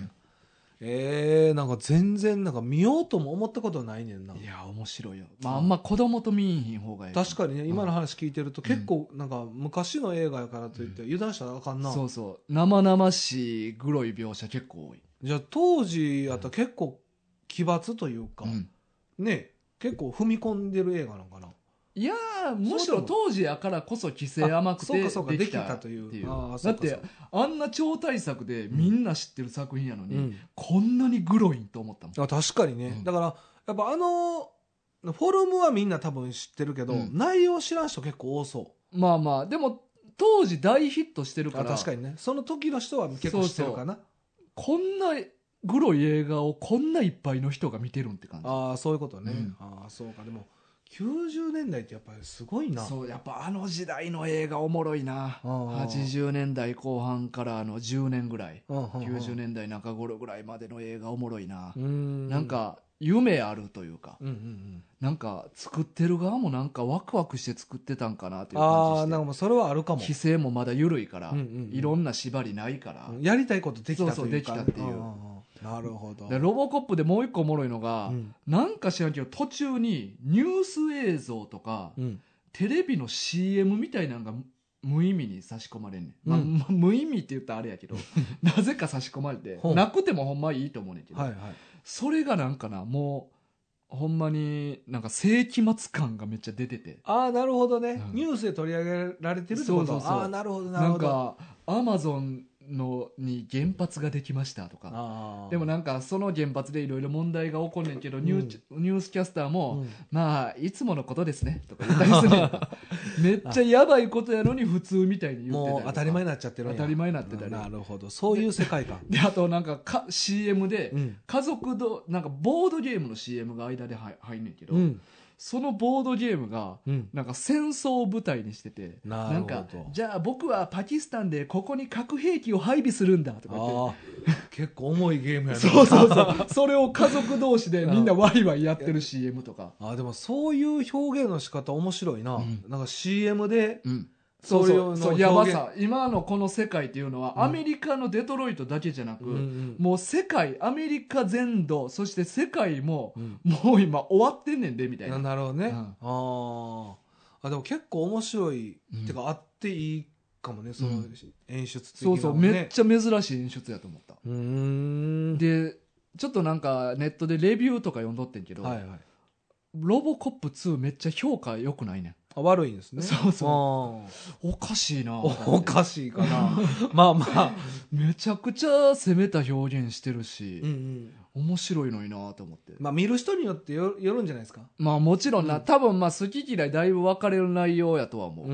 Speaker 2: えー、なんか全然なんか見ようとも思ったことないねんない
Speaker 1: や面白いよまああんま子供と見えへん方がいい
Speaker 2: 確
Speaker 1: か
Speaker 2: かにね今の話聞いてると
Speaker 1: うん
Speaker 2: 結構なんか昔の映画やからといって油断したらあかんな、
Speaker 1: そうそう生々しいグロい描写結構多い、
Speaker 2: じゃあ当時やったら結構奇抜というか、
Speaker 1: うん
Speaker 2: ね結構踏み込んでる映画なんかない
Speaker 1: やーむし
Speaker 2: そ
Speaker 1: ろ
Speaker 2: うでも
Speaker 1: 当時やからこそ規制甘く
Speaker 2: あそう
Speaker 1: て
Speaker 2: かそうか
Speaker 1: で
Speaker 2: で
Speaker 1: き
Speaker 2: き
Speaker 1: た
Speaker 2: た
Speaker 1: って
Speaker 2: と
Speaker 1: い
Speaker 2: いううあー
Speaker 1: だ
Speaker 2: そう
Speaker 1: っ
Speaker 2: かそうか
Speaker 1: てあんな超大作でみんな知ってる作品やのに、
Speaker 2: うん
Speaker 1: こんなにグロいんと思ったもん、
Speaker 2: あ確かにね、
Speaker 1: うん
Speaker 2: だからやっぱあのフォルムはみんな多分知ってるけど、
Speaker 1: うん
Speaker 2: 内容知らん人結構多そ
Speaker 1: まあまあでも当時大ヒットしてる
Speaker 2: う
Speaker 1: か
Speaker 2: あ
Speaker 1: ら
Speaker 2: 確かにねその時の人は結構知ってるかな
Speaker 1: こんなグロい映画をこんないっぱいの人が見てるんって感じ
Speaker 2: ああそういうことね、
Speaker 1: うん
Speaker 2: ああそうかでも90年代ってやっぱりすごいな
Speaker 1: そうやっぱあの時代の映画おもろいな
Speaker 2: あー
Speaker 1: 80年代後半からあの10年ぐらい
Speaker 2: うんうんうん
Speaker 1: 90年代中頃ぐらいまでの映画おもろいな
Speaker 2: う、ん
Speaker 1: なんか夢あるというか
Speaker 2: うんうんうん
Speaker 1: なんか作ってる側もなんかワクワクして作ってたんかなっていう
Speaker 2: ああ
Speaker 1: 感
Speaker 2: ー
Speaker 1: じ
Speaker 2: な
Speaker 1: し
Speaker 2: んか
Speaker 1: て
Speaker 2: もうそれはあるかも
Speaker 1: 規制もまだ緩いから、
Speaker 2: うんうんうん
Speaker 1: いろんな縛りないから,、
Speaker 2: うんやりたいことできたというか
Speaker 1: そうそうできたっていうん
Speaker 2: んうんなるほど
Speaker 1: ロボコップでもう一個おもろいのが、
Speaker 2: うん
Speaker 1: なんか知らんけど途中にニュース映像とか、
Speaker 2: うん
Speaker 1: テレビの CM みたいなのが無意味に差し込まれんねん、まあ
Speaker 2: うん
Speaker 1: まあ無意味って言ったらあれやけどなぜか差し込まれて
Speaker 2: ほう
Speaker 1: なくてもほんまいいと思うねんけど、
Speaker 2: はいはい
Speaker 1: それがなんかなもうほんまになんか世紀末感がめっちゃ出てて
Speaker 2: ああなるほどね、
Speaker 1: うん
Speaker 2: ニュースで取り上げられてるってこ
Speaker 1: そ
Speaker 2: と
Speaker 1: うそうそう
Speaker 2: ああなるほどなる
Speaker 1: な
Speaker 2: ほ
Speaker 1: ん
Speaker 2: ど
Speaker 1: かアマゾンのに原発ができましたとか
Speaker 2: ああ
Speaker 1: でもなんかその原発でいろいろ問題が起こんねんけど、
Speaker 2: うん
Speaker 1: ニューチニュースキャスター
Speaker 2: う
Speaker 1: も、
Speaker 2: ん
Speaker 1: まあいつものことですねとか言ったりするねん めっちゃやばいことやのに普通みたいに言ってたり
Speaker 2: も
Speaker 1: と
Speaker 2: う
Speaker 1: か
Speaker 2: 当たり前になっちゃってるんや
Speaker 1: 当たり前になってたり
Speaker 2: なるほどそういう世界観
Speaker 1: であとなんかか CM で、
Speaker 2: うん
Speaker 1: 家族どなんかボードゲームの CM が間で入入んねんけど、
Speaker 2: うん
Speaker 1: そのボードゲームが
Speaker 2: うん
Speaker 1: なんか戦争を舞台にしてて
Speaker 2: なるほど
Speaker 1: んかじゃあ僕はパキスタンでここに核兵器を配備するんだとか言って
Speaker 2: ああ結構重いゲームやな
Speaker 1: そうそう そう。それを家族同士でみんなワイワイやってる CM とか。
Speaker 2: あでもそういう表現の仕方面白いな、
Speaker 1: うん
Speaker 2: なんか CM で
Speaker 1: うん。そう
Speaker 2: それ
Speaker 1: そ
Speaker 2: を
Speaker 1: う。
Speaker 2: の
Speaker 1: そう
Speaker 2: 表
Speaker 1: やば
Speaker 2: 現
Speaker 1: さ。今のこの世界っていうの
Speaker 2: うん
Speaker 1: は、アメリカのデトロイトだけじゃなく、
Speaker 2: うん
Speaker 1: もう世界、アメリカ全土、そして世界も、
Speaker 2: うん
Speaker 1: もう今終わってんねんで、みたい
Speaker 2: な
Speaker 1: な。
Speaker 2: なるほどね、
Speaker 1: うん
Speaker 2: あーあでも結構面白い、
Speaker 1: うん
Speaker 2: てかあっていいかもねその
Speaker 1: うん
Speaker 2: 演出的な
Speaker 1: そ
Speaker 2: の
Speaker 1: う
Speaker 2: ね
Speaker 1: そう、めっちゃ珍しい演出やと思った。
Speaker 2: うーん
Speaker 1: で、ちょっとなんかネットでレビューとか読んどってんけど、
Speaker 2: はいはい
Speaker 1: ロボコップ2めっちゃ評価良くないね
Speaker 2: あ悪いんですね
Speaker 1: そうそう
Speaker 2: あー
Speaker 1: ん。おかしいな
Speaker 2: おおかしいかな まあまあ、
Speaker 1: めちゃくちゃ攻めた表現してるし、
Speaker 2: うん
Speaker 1: 面白いのになと思って。
Speaker 2: まあ見る人によってよよるんじゃないですか
Speaker 1: まあもちろんな、多分まあ好き嫌いだいぶ分かれる内容やとは思う。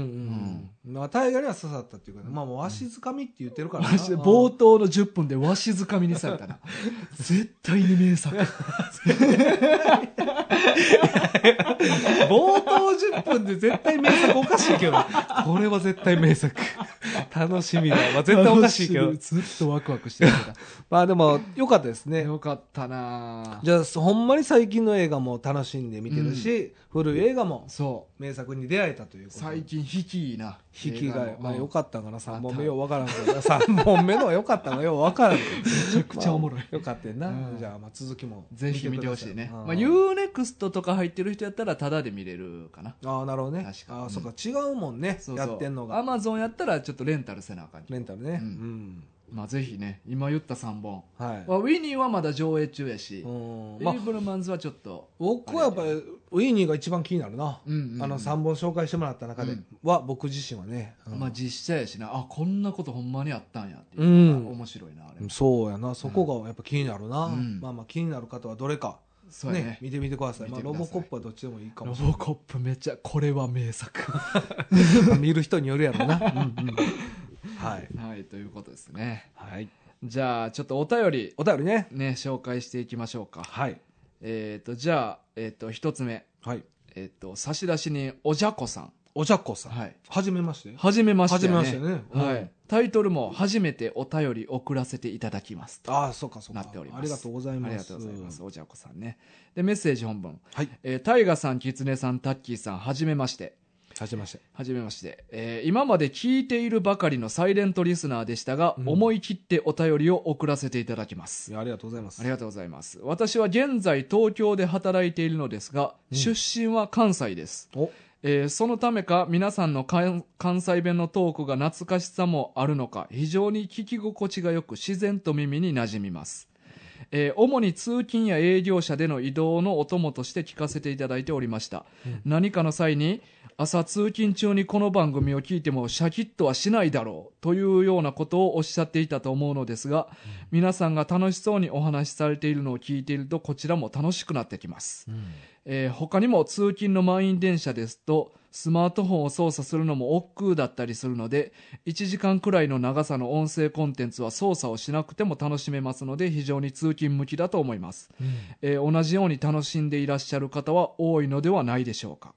Speaker 2: まあ大河には刺さったっていうか、まあもうわしづかみって言ってるからな
Speaker 1: マジで冒頭の10分でわしづかみにされ たな。絶対に名作。
Speaker 2: 冒頭10分で絶対名作おかしいけど、 これは絶対名作。楽しみだ。まあ、絶対おかしいけど。
Speaker 1: ずっとワクワクしてるか
Speaker 2: まあでも、良かったです
Speaker 1: ら。
Speaker 2: ね。
Speaker 1: よかったな
Speaker 2: じゃあ、ほんまに最近の映画も楽しんで見てるし、古い映画も
Speaker 1: そ
Speaker 2: 名作に出会えたとい
Speaker 1: う。
Speaker 2: うことで。
Speaker 1: 最近、引きいいな。
Speaker 2: 引きが、まあ良
Speaker 1: っ
Speaker 2: かったんかな。3本目ようわからんけど、3本目のは良かったのようわ からんけど。めちゃ
Speaker 1: くちゃおもろい
Speaker 2: 良かったよな。
Speaker 1: うん
Speaker 2: じゃあ、まあ続きも。
Speaker 1: ぜひ見てほしいね。まあ、
Speaker 2: う。
Speaker 1: UNEXT とか入ってる人やったらタダで見れるかな。
Speaker 2: ああ、なるほどね。
Speaker 1: 確か
Speaker 2: ああ、そっか。違うもんね。やってんのが。
Speaker 1: アマゾンやったらちょっとレンタルせなあかんけど。
Speaker 2: レンタルね。
Speaker 1: う
Speaker 2: うんん。
Speaker 1: まあ、ぜひね、今言った3本。
Speaker 2: はい。
Speaker 1: まあウィニーはまだ上映中やし、
Speaker 2: うん
Speaker 1: ま
Speaker 2: ま
Speaker 1: あ、
Speaker 2: あ
Speaker 1: エイ、ブルマンズはちょっと、
Speaker 2: 僕はやっぱりウィーニーが一番気になるな、
Speaker 1: うんうんうん
Speaker 2: あの3本紹介してもらった中で
Speaker 1: うん
Speaker 2: は、僕自身はね、うん
Speaker 1: まあ、実写やしなあこんなことほんまにあったんやっていう、
Speaker 2: うん
Speaker 1: 面白いなあれ、
Speaker 2: そうやなそこがやっぱ気になるな、
Speaker 1: うん
Speaker 2: まあまあ気になる方はどれか、
Speaker 1: そうや
Speaker 2: ね
Speaker 1: ね
Speaker 2: 見てみてください
Speaker 1: 見てくだ
Speaker 2: ま
Speaker 1: さい
Speaker 2: あ、ロボコップはどっちでもいいか
Speaker 1: ロ
Speaker 2: もし
Speaker 1: ボコップめちゃこれは名作は
Speaker 2: れない見る人によるやろな、うんうん はい、
Speaker 1: いということですね
Speaker 2: はい、
Speaker 1: じゃあちょっとお便り
Speaker 2: お便りね
Speaker 1: ね紹介していきましょうか
Speaker 2: はい
Speaker 1: えっ、とじゃあえっ、と一つ目
Speaker 2: はい
Speaker 1: えっ、と差出人おじゃこさん
Speaker 2: おじゃこさん、
Speaker 1: はい
Speaker 2: はじめまして
Speaker 1: はじめまして、
Speaker 2: はじ
Speaker 1: ね、
Speaker 2: めましてねうん
Speaker 1: はい、タイトルも「初めてお便り送らせていただきます」と
Speaker 2: ああそうかそうか
Speaker 1: なっております
Speaker 2: ありがとうございます
Speaker 1: ありがとうございますおじゃこさんねでメッセージ本文
Speaker 2: はい
Speaker 1: えー、タイガさん、キツネさん、タッキーさん、はじめまして。
Speaker 2: はじめまして
Speaker 1: はじめまして。えー今まで聞いているばかりのサイレントリスナーでしたが、
Speaker 2: うん
Speaker 1: 思い切ってお便りを送らせていただきます。
Speaker 2: いやありがとうございます
Speaker 1: ありがとうございます。私は現在東京で働いているのですが、
Speaker 2: うん
Speaker 1: 出身は関西です。
Speaker 2: お
Speaker 1: えーそのためか皆さんの関関西弁のトークが懐かしさもあるのか非常に聞き心地がよく自然と耳に馴染みます、えー主に通勤や営業者での移動のお供として聞かせていただいておりました、
Speaker 2: うん
Speaker 1: 何かの際に朝通勤中にこの番組を聞いてもシャキッとはしないだろうというようなことをおっしゃっていたと思うのですが、皆さんが楽しそうにお話しされているのを聞いているとこちらも楽しくなってきます
Speaker 2: うん
Speaker 1: えー他にも通勤の満員電車ですとスマートフォンを操作するのも億劫だったりするので1時間くらいの長さの音声コンテンツは操作をしなくても楽しめますので非常に通勤向きだと思います、えー同じように楽しんでいらっしゃる方は多いのではないでしょうか、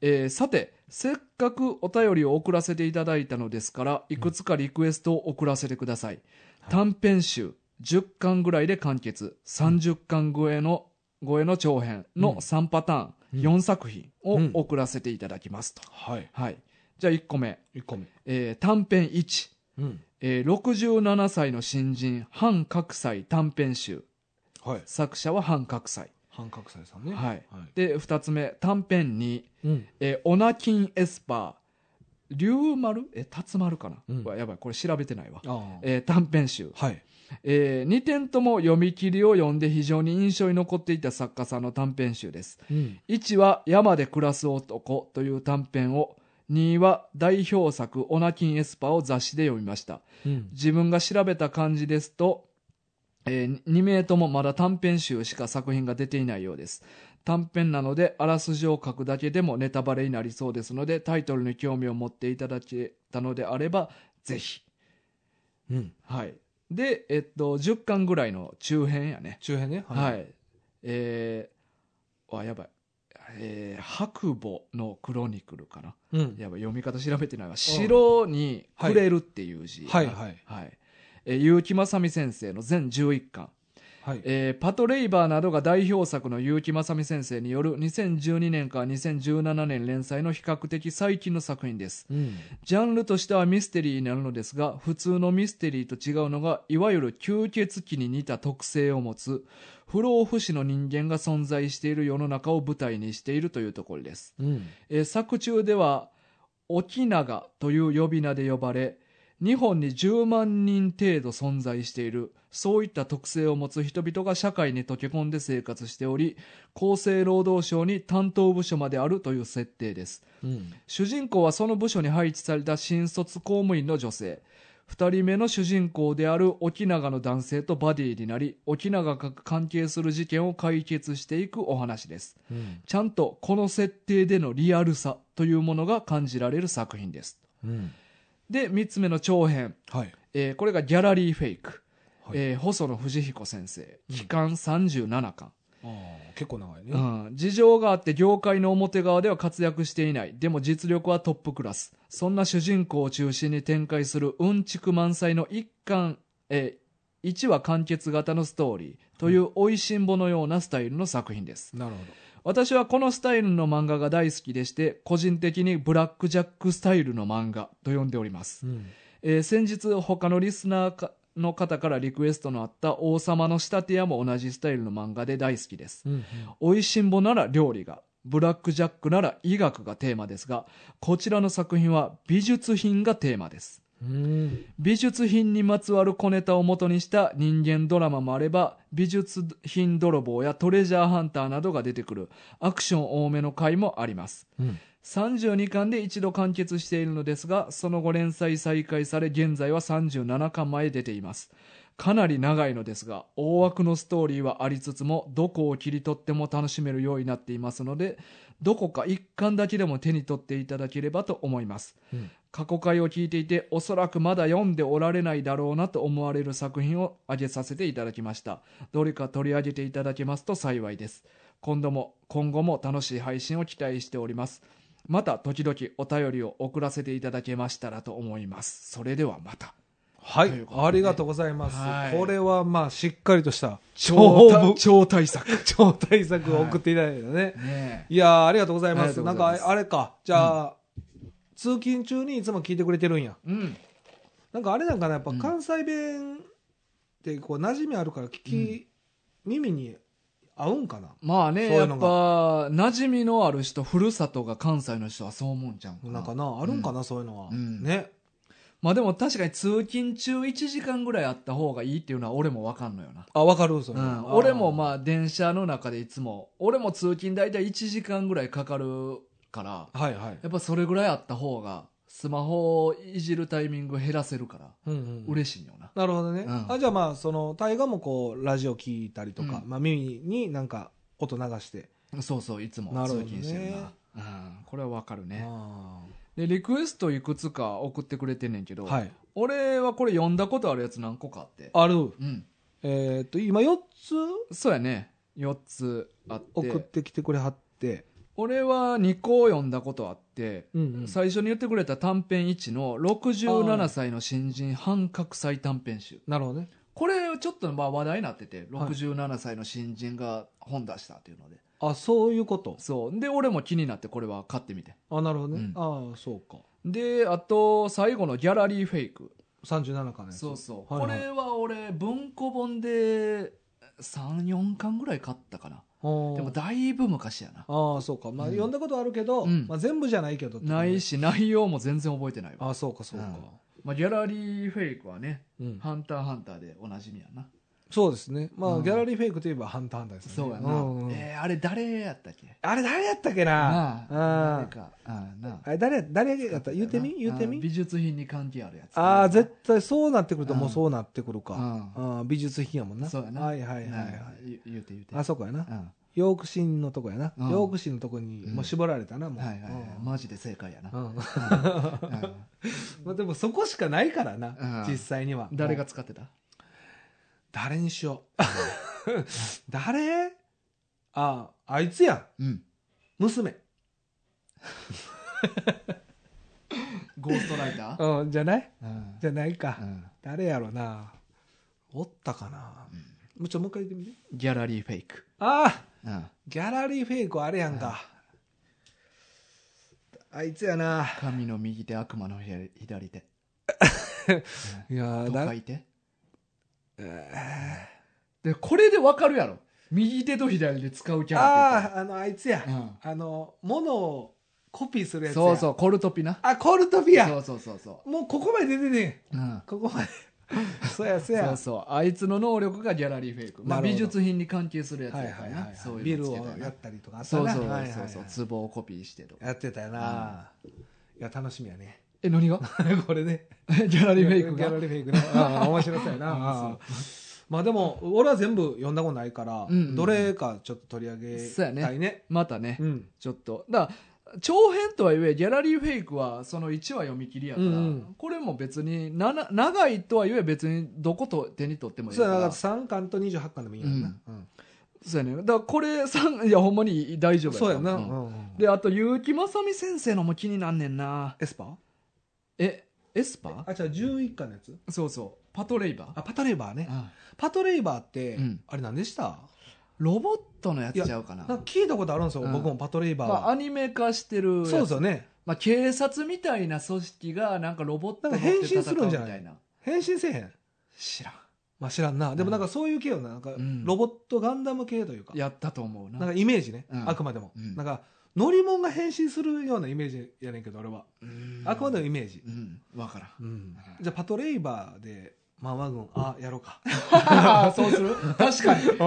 Speaker 1: えーさてせっかくお便りを送らせていただいたのですからいくつかリクエストを送らせてください、短編集10巻ぐらいで完結30巻超えの超えの長編
Speaker 2: う
Speaker 1: の
Speaker 2: ん
Speaker 1: 3パターン、
Speaker 2: うん
Speaker 1: 4作品を
Speaker 2: うん
Speaker 1: 送らせていただきますと、
Speaker 2: はい
Speaker 1: はいじゃあ1個目、
Speaker 2: 1個目
Speaker 1: えー短編1、
Speaker 2: うん
Speaker 1: えー67歳の新人反格斎短編集
Speaker 2: はい
Speaker 1: 作者は反格斎
Speaker 2: 半角祭さんね
Speaker 1: はい
Speaker 2: はい
Speaker 1: で2つ目短編2
Speaker 2: うん
Speaker 1: 「えーオナキンエスパー竜丸え竜丸かな、
Speaker 2: うん
Speaker 1: うわやばいこれ調べてないわ、
Speaker 2: ああ
Speaker 1: えー短編集
Speaker 2: はい。
Speaker 1: え2点とも読み切りを読んで非常に印象に残っていた作家さんの短編集です。1は山で暮らす男という短編を、2は代表作オナキンエスパーを雑誌で読みました。自分が調べた感じですと、え2名ともまだ短編集しか作品が出ていないようです。短編なので、あらすじを書くだけでもネタバレになりそうですので、タイトルに興味を持っていただけたのであれば、ぜひ。
Speaker 2: うん。
Speaker 1: はい。で、えっと、10巻ぐらいの中編やね。
Speaker 2: 中編ね。
Speaker 1: はい。
Speaker 2: い。
Speaker 1: えー、あ、やばい。えー、白母のクロニクルかな。
Speaker 2: うん。
Speaker 1: やばい、読み方調べてないわ。白にくれるっていう字。
Speaker 2: はいはい。
Speaker 1: はい。えー結城正美先生の全11巻。
Speaker 2: はい。
Speaker 1: えーパトレイバーなどが代表作の結城正美先生による2012年から2017年連載の比較的最近の作品です。
Speaker 2: うん。
Speaker 1: ジャンルとしてはミステリーになるのですが、普通のミステリーと違うのが、いわゆる吸血鬼に似た特性を持つ、不老不死の人間が存在している世の中を舞台にしているというところです。
Speaker 2: うん。
Speaker 1: えー作中では、沖長という呼び名で呼ばれ、日本に10万人程度存在している、そういった特性を持つ人々が社会に溶け込んで生活しており、厚生労働省に担当部署まであるという設定です。
Speaker 2: うん。
Speaker 1: 主人公はその部署に配置された新卒公務員の女性2人目の主人公である沖永の男性とバディになり沖永が関係する事件を解決していくお話です
Speaker 2: うん
Speaker 1: ちゃんとこの設定でのリアルさというものが感じられる作品です
Speaker 2: うん
Speaker 1: で3つ目の長編、
Speaker 2: はい
Speaker 1: えーこれがギャラリーフェイク、
Speaker 2: はい
Speaker 1: えー細野藤彦先生
Speaker 2: うん
Speaker 1: 期間37巻、
Speaker 2: あー結構長いね
Speaker 1: うん事情があって業界の表側では活躍していないでも実力はトップクラスそんな主人公を中心に展開するうんちく満載の一巻、えー、1話完結型のストーリーというおいしんぼのようなスタイルの作品です
Speaker 2: なるほ
Speaker 1: 私はこのスタイルの漫画が大好きでして個人的にブラックジャックスタイルの漫画と呼んでおります
Speaker 2: どうん
Speaker 1: えー先日他のリスナーかの方からリクエストのあった「王様の仕立て屋」も同じスタイルの漫画で大好きです
Speaker 2: うん
Speaker 1: 「おいしんぼ」なら料理が「ブラック・ジャック」なら医学がテーマですがこちらの作品は美術品がテーマです
Speaker 2: うん
Speaker 1: 美術品にまつわる小ネタを元にした人間ドラマもあれば美術品泥棒やトレジャーハンターなどが出てくるアクション多めの回もあります
Speaker 2: うん
Speaker 1: 32巻で一度完結しているのですがその後連載再開され現在は37巻まで出ていますかなり長いのですが大枠のストーリーはありつつもどこを切り取っても楽しめるようになっていますのでどこか一巻だけでも手に取っていただければと思います
Speaker 2: うん
Speaker 1: 過去回を聞いていておそらくまだ読んでおられないだろうなと思われる作品を挙げさせていただきましたどれか取り上げていただけますと幸いです今度も今後も楽しい配信を期待しておりますまた時々お便りを送らせていただけましたらと思いますそれではまた
Speaker 2: は
Speaker 1: とい
Speaker 2: いう
Speaker 1: ことで
Speaker 2: ありがとうございま
Speaker 1: はい
Speaker 2: すこれはまあしっかりとした
Speaker 1: 超
Speaker 2: 文
Speaker 1: 大超大作ね
Speaker 2: 超対策を送っていただいたね
Speaker 1: え
Speaker 2: いやーありがとうござい
Speaker 1: あり
Speaker 2: ま
Speaker 1: が
Speaker 2: す
Speaker 1: とう
Speaker 2: な
Speaker 1: ご
Speaker 2: ん
Speaker 1: ざいます
Speaker 2: かあれかじゃあ通勤中にいつも聞いてくれてるんや
Speaker 1: うん
Speaker 2: なんかあれなんかなやっぱ
Speaker 1: うん
Speaker 2: 関西弁ってこう馴染みあるから聞き耳に合うんかな
Speaker 1: まあね
Speaker 2: そうい
Speaker 1: や
Speaker 2: う
Speaker 1: っぱ
Speaker 2: のが
Speaker 1: 馴染みのある人ふるさとが関西の人はそう思うんじゃん
Speaker 2: なんかなあるんかなそういうのは
Speaker 1: うん
Speaker 2: ね
Speaker 1: まあでも確かに通勤中1時間ぐらいあった方がいいっていうのは俺もわかんのよな。
Speaker 2: あわかるそれ
Speaker 1: うん、俺もま
Speaker 2: あ
Speaker 1: あ電車の中でいつも俺も通勤大体1時間ぐらいかかるから
Speaker 2: ーはいはい
Speaker 1: やっぱそれぐらいあった方がスマホをいじるタイミング減らせるから
Speaker 2: うんうん
Speaker 1: 嬉しいんよな、
Speaker 2: なるほどね、
Speaker 1: うん
Speaker 2: あじゃあまあその大河もこうラジオ聞いたりとか、
Speaker 1: うん
Speaker 2: まあ、耳になんか音流して、
Speaker 1: そうそういつも
Speaker 2: なる
Speaker 1: 通
Speaker 2: ほどね
Speaker 1: 勤してるなうん、これはわかるね
Speaker 2: あ
Speaker 1: でリクエストいくつか送ってくれてんねんけ
Speaker 2: ー
Speaker 1: ど、
Speaker 2: はい
Speaker 1: 俺はこれ読んだことあるやつ何個かあって
Speaker 2: ある
Speaker 1: うん
Speaker 2: えーっと今4つ
Speaker 1: そうやね4つあって
Speaker 2: 送ってきてくれはって、
Speaker 1: 俺は2個読んだことあって、
Speaker 2: うん
Speaker 1: 最初に言ってくれた短編1の67歳の新人反覚祭短編集
Speaker 2: なるほどね
Speaker 1: これちょっとまあ話題になってて
Speaker 2: はい
Speaker 1: 67歳の新人が本出したっていうので、
Speaker 2: あそういうこと
Speaker 1: そうで俺も気になってこれは買ってみて
Speaker 2: あなるほどね、
Speaker 1: うん
Speaker 2: ああそうか
Speaker 1: であと最後のギャラリーフェイク
Speaker 2: 37かね
Speaker 1: そうそう、
Speaker 2: はいはい
Speaker 1: これは俺文庫本で34巻ぐらい買ったかなでもだいぶ昔やな
Speaker 2: ああそうかまあ、
Speaker 1: うん
Speaker 2: 読んだことあるけど、
Speaker 1: うん
Speaker 2: まあ、全部じゃないけどって
Speaker 1: ないし内容も全然覚えてないわ
Speaker 2: ああそうかそうか、
Speaker 1: まあ、ギャラリーフェイクはね
Speaker 2: うん
Speaker 1: 「ハンターハンター」でおなじみやな、
Speaker 2: そうですねまあ、
Speaker 1: うん
Speaker 2: ギャラリーフェイクといえばハンターハンターですね
Speaker 1: そうやな、
Speaker 2: んうん
Speaker 1: えーあれ誰やったっけ
Speaker 2: あれ誰やったっけな
Speaker 1: なあ
Speaker 2: うん
Speaker 1: 誰かあーな
Speaker 2: あれ誰誰やった言うてみ言うて
Speaker 1: あー
Speaker 2: み
Speaker 1: 美術品に関係あるやつ
Speaker 2: ああ絶対そうなってくると
Speaker 1: うん
Speaker 2: もうそうなってくるか、
Speaker 1: う
Speaker 2: うん美術品やもんな
Speaker 1: そうやな
Speaker 2: はいはいはいはい、
Speaker 1: うん言う言うて言うて
Speaker 2: あそこやな、
Speaker 1: うん
Speaker 2: ヨークシンのとこやな、
Speaker 1: うん
Speaker 2: ヨークシンのとこに
Speaker 1: うん
Speaker 2: もう絞られたなもう、
Speaker 1: はいはいはいマジで正解やな、
Speaker 2: う
Speaker 1: うん
Speaker 2: ん
Speaker 1: うん
Speaker 2: まあでもそこしかないからな、
Speaker 1: うん
Speaker 2: 実際には
Speaker 1: 誰が
Speaker 2: もう
Speaker 1: 使ってた
Speaker 2: 誰にしよう 誰ああいつやん
Speaker 1: うん
Speaker 2: 娘、
Speaker 1: ゴーストライター
Speaker 2: うん、じゃない
Speaker 1: うん
Speaker 2: じゃないか、
Speaker 1: うん
Speaker 2: 誰やろなおったかな、もうちょもう一回言ってみて
Speaker 1: ギャラリーフェイク、
Speaker 2: あ
Speaker 1: う
Speaker 2: あ
Speaker 1: ん
Speaker 2: ギャラリーフェイクはあれやんか。あいつやな。
Speaker 1: 神の右手悪魔の左左手
Speaker 2: いや
Speaker 1: と
Speaker 2: ー
Speaker 1: 書
Speaker 2: だ、
Speaker 1: いてでこれでわかるやろ右手と左手使うキャラって
Speaker 2: ああ、あの、あいつや。
Speaker 1: 言ったら
Speaker 2: あの、ものをコピーす
Speaker 1: う
Speaker 2: るや
Speaker 1: ん
Speaker 2: つや。
Speaker 1: そうそうコルトピな
Speaker 2: あ、コルトピ
Speaker 1: そ
Speaker 2: ア。
Speaker 1: うそうそうそ
Speaker 2: もうここまで出てねん
Speaker 1: う、うん、
Speaker 2: ここ まで。そうや、そうや。
Speaker 1: そうそうあいつの能力がギャラリーフェイク、まあ、
Speaker 2: なるほ
Speaker 1: 美
Speaker 2: ど
Speaker 1: 術品に関係するやつ
Speaker 2: はい
Speaker 1: や
Speaker 2: は
Speaker 1: から
Speaker 2: い
Speaker 1: な、
Speaker 2: はい
Speaker 1: そう
Speaker 2: はい。
Speaker 1: い
Speaker 2: ビ
Speaker 1: う
Speaker 2: ル
Speaker 1: のつけ
Speaker 2: を
Speaker 1: たよな
Speaker 2: やったりとかあった
Speaker 1: そう
Speaker 2: な。
Speaker 1: そう
Speaker 2: はいは
Speaker 1: そ
Speaker 2: い
Speaker 1: うそう
Speaker 2: はい
Speaker 1: 壺をコピーしてとか
Speaker 2: やってたよな。いや、楽しみやね。
Speaker 1: え、何が
Speaker 2: これね。
Speaker 1: ギャラリーメイク
Speaker 2: ギ
Speaker 1: が
Speaker 2: ャラ。リー メイクね。ああ、面白そうやな。ああまあでも、俺は全部読んだことないから、
Speaker 1: うんうん
Speaker 2: どれかちょっと取り
Speaker 1: そうや
Speaker 2: 上げ
Speaker 1: ね
Speaker 2: たいね。
Speaker 1: またね
Speaker 2: う、ん。
Speaker 1: ちょっと。だから長編とはいえ、ギャラリーフェイクはその1話読み切りやから、
Speaker 2: うんうん
Speaker 1: これも別に、なな長いとはいえ別にどこと手に取ってもいい
Speaker 2: そう
Speaker 1: か
Speaker 2: やな、だから
Speaker 1: ら。
Speaker 2: 3巻と28巻でもいいやんな。うん
Speaker 1: そうやね。だからこれ3、いやほんまに大丈夫
Speaker 2: そうやな。
Speaker 1: ん
Speaker 2: うん
Speaker 1: で、あと、結城正美先生のも気になんねんな。
Speaker 2: エスパー
Speaker 1: え、エスパ
Speaker 2: あ、じゃあ11巻のやつ
Speaker 1: そうそう。パトレイバー
Speaker 2: あ、パトレイバーね。
Speaker 1: うん
Speaker 2: パトレイバーって
Speaker 1: うん、
Speaker 2: あれ何でした
Speaker 1: ロボットのやつちゃうかな。
Speaker 2: なんか聞いたことあるんですよ、
Speaker 1: うん
Speaker 2: 僕もパトレイバー
Speaker 1: まあ、
Speaker 2: は。
Speaker 1: アニメ化してるやつ
Speaker 2: そうですよね。
Speaker 1: まあ、警察みたいな組織がなんかロボット
Speaker 2: なんか
Speaker 1: 乗っ
Speaker 2: 変
Speaker 1: て戦
Speaker 2: 身
Speaker 1: う
Speaker 2: するんじゃない
Speaker 1: みたいな
Speaker 2: 変身せえへん。
Speaker 1: 知らん
Speaker 2: まあ知らんな。でもなんかそういう系よな。なんか
Speaker 1: ん
Speaker 2: ロボットガンダム系というか。
Speaker 1: やったと思うな
Speaker 2: なんかイメージね。
Speaker 1: うん
Speaker 2: あくまでも。
Speaker 1: うん
Speaker 2: なんか乗り物が変身するようなイメージやねんけど、俺は。
Speaker 1: うん
Speaker 2: あくまでもイメージ。
Speaker 1: うん分からん
Speaker 2: うんじゃあパトレイバーで、マンマ軍、あ、やろうか。
Speaker 1: そうする確かに確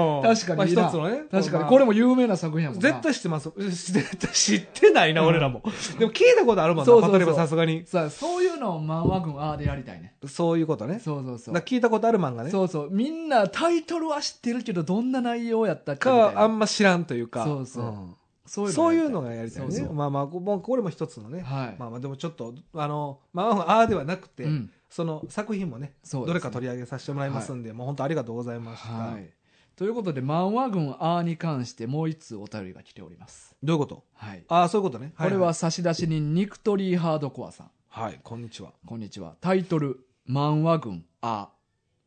Speaker 1: か
Speaker 2: まあ
Speaker 1: にいい
Speaker 2: 一
Speaker 1: な
Speaker 2: つのね。
Speaker 1: 確か
Speaker 2: ま
Speaker 1: に
Speaker 2: あ
Speaker 1: これも有名な作品やもんな
Speaker 2: 絶対知ってます。絶対知ってないな、俺らも。でも聞いたことあるもん
Speaker 1: そうそ
Speaker 2: な、
Speaker 1: うそう
Speaker 2: パトレイバーさすがに。
Speaker 1: さあそういうのを漫画軍ああでやりたいね
Speaker 2: そういうことね。
Speaker 1: そうそうそ
Speaker 2: だから
Speaker 1: う
Speaker 2: 聞いたことある漫画ね。
Speaker 1: そうそうみんなタイトルは知ってるけどどんな内容やったっけみたい
Speaker 2: か、
Speaker 1: な
Speaker 2: あ
Speaker 1: ん
Speaker 2: ま知らんというか。
Speaker 1: そうそうんそう
Speaker 2: そういうのがやりたい
Speaker 1: そう
Speaker 2: ね。
Speaker 1: そう
Speaker 2: まあまあ、こもうこれも一つのね。
Speaker 1: はい
Speaker 2: まあまあ、でもちょっと、あの、まあ、ああではなくて
Speaker 1: う、ん
Speaker 2: その作品もね、
Speaker 1: そうですね
Speaker 2: どれか取り上げさせてもらいますんで、もう本当ありがとうございました
Speaker 1: は。いということで漫画軍ああに関してもう一通お便りが来ております
Speaker 2: どういうこと
Speaker 1: はい
Speaker 2: ああ、そういうことね。い
Speaker 1: これは、差出人ニクトリーハードコアさん
Speaker 2: はい、こんにちは。
Speaker 1: こんにちはタイトル「漫画軍あ」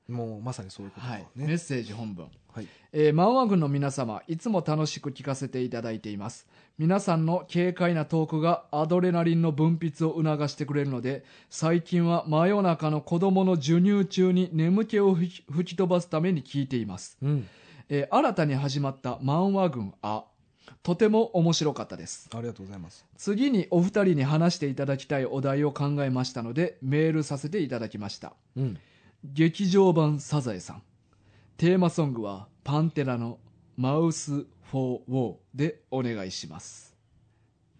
Speaker 2: もうまさにそういうこと
Speaker 1: はい
Speaker 2: だ、
Speaker 1: メ
Speaker 2: ね
Speaker 1: ッ。セージ本文
Speaker 2: はい。
Speaker 1: えー、漫画軍の皆様、いつも楽しく聞かせていただいています。皆さんの軽快なトークがアドレナリンの分泌を促してくれるので、最近は真夜中の子供の授乳中に眠気を吹き吹き飛ばすために聞いています。
Speaker 2: うん。
Speaker 1: えー新たに始まった漫画軍あ。とても面白かったです。
Speaker 2: ありがとうございます。
Speaker 1: 次にお二人に話していただきたいお題を考えましたのでメールさせていただきました
Speaker 2: うん。
Speaker 1: 劇場版サザエさんテーマソングはパンテラのマウス・フォー・ウォーでお願いします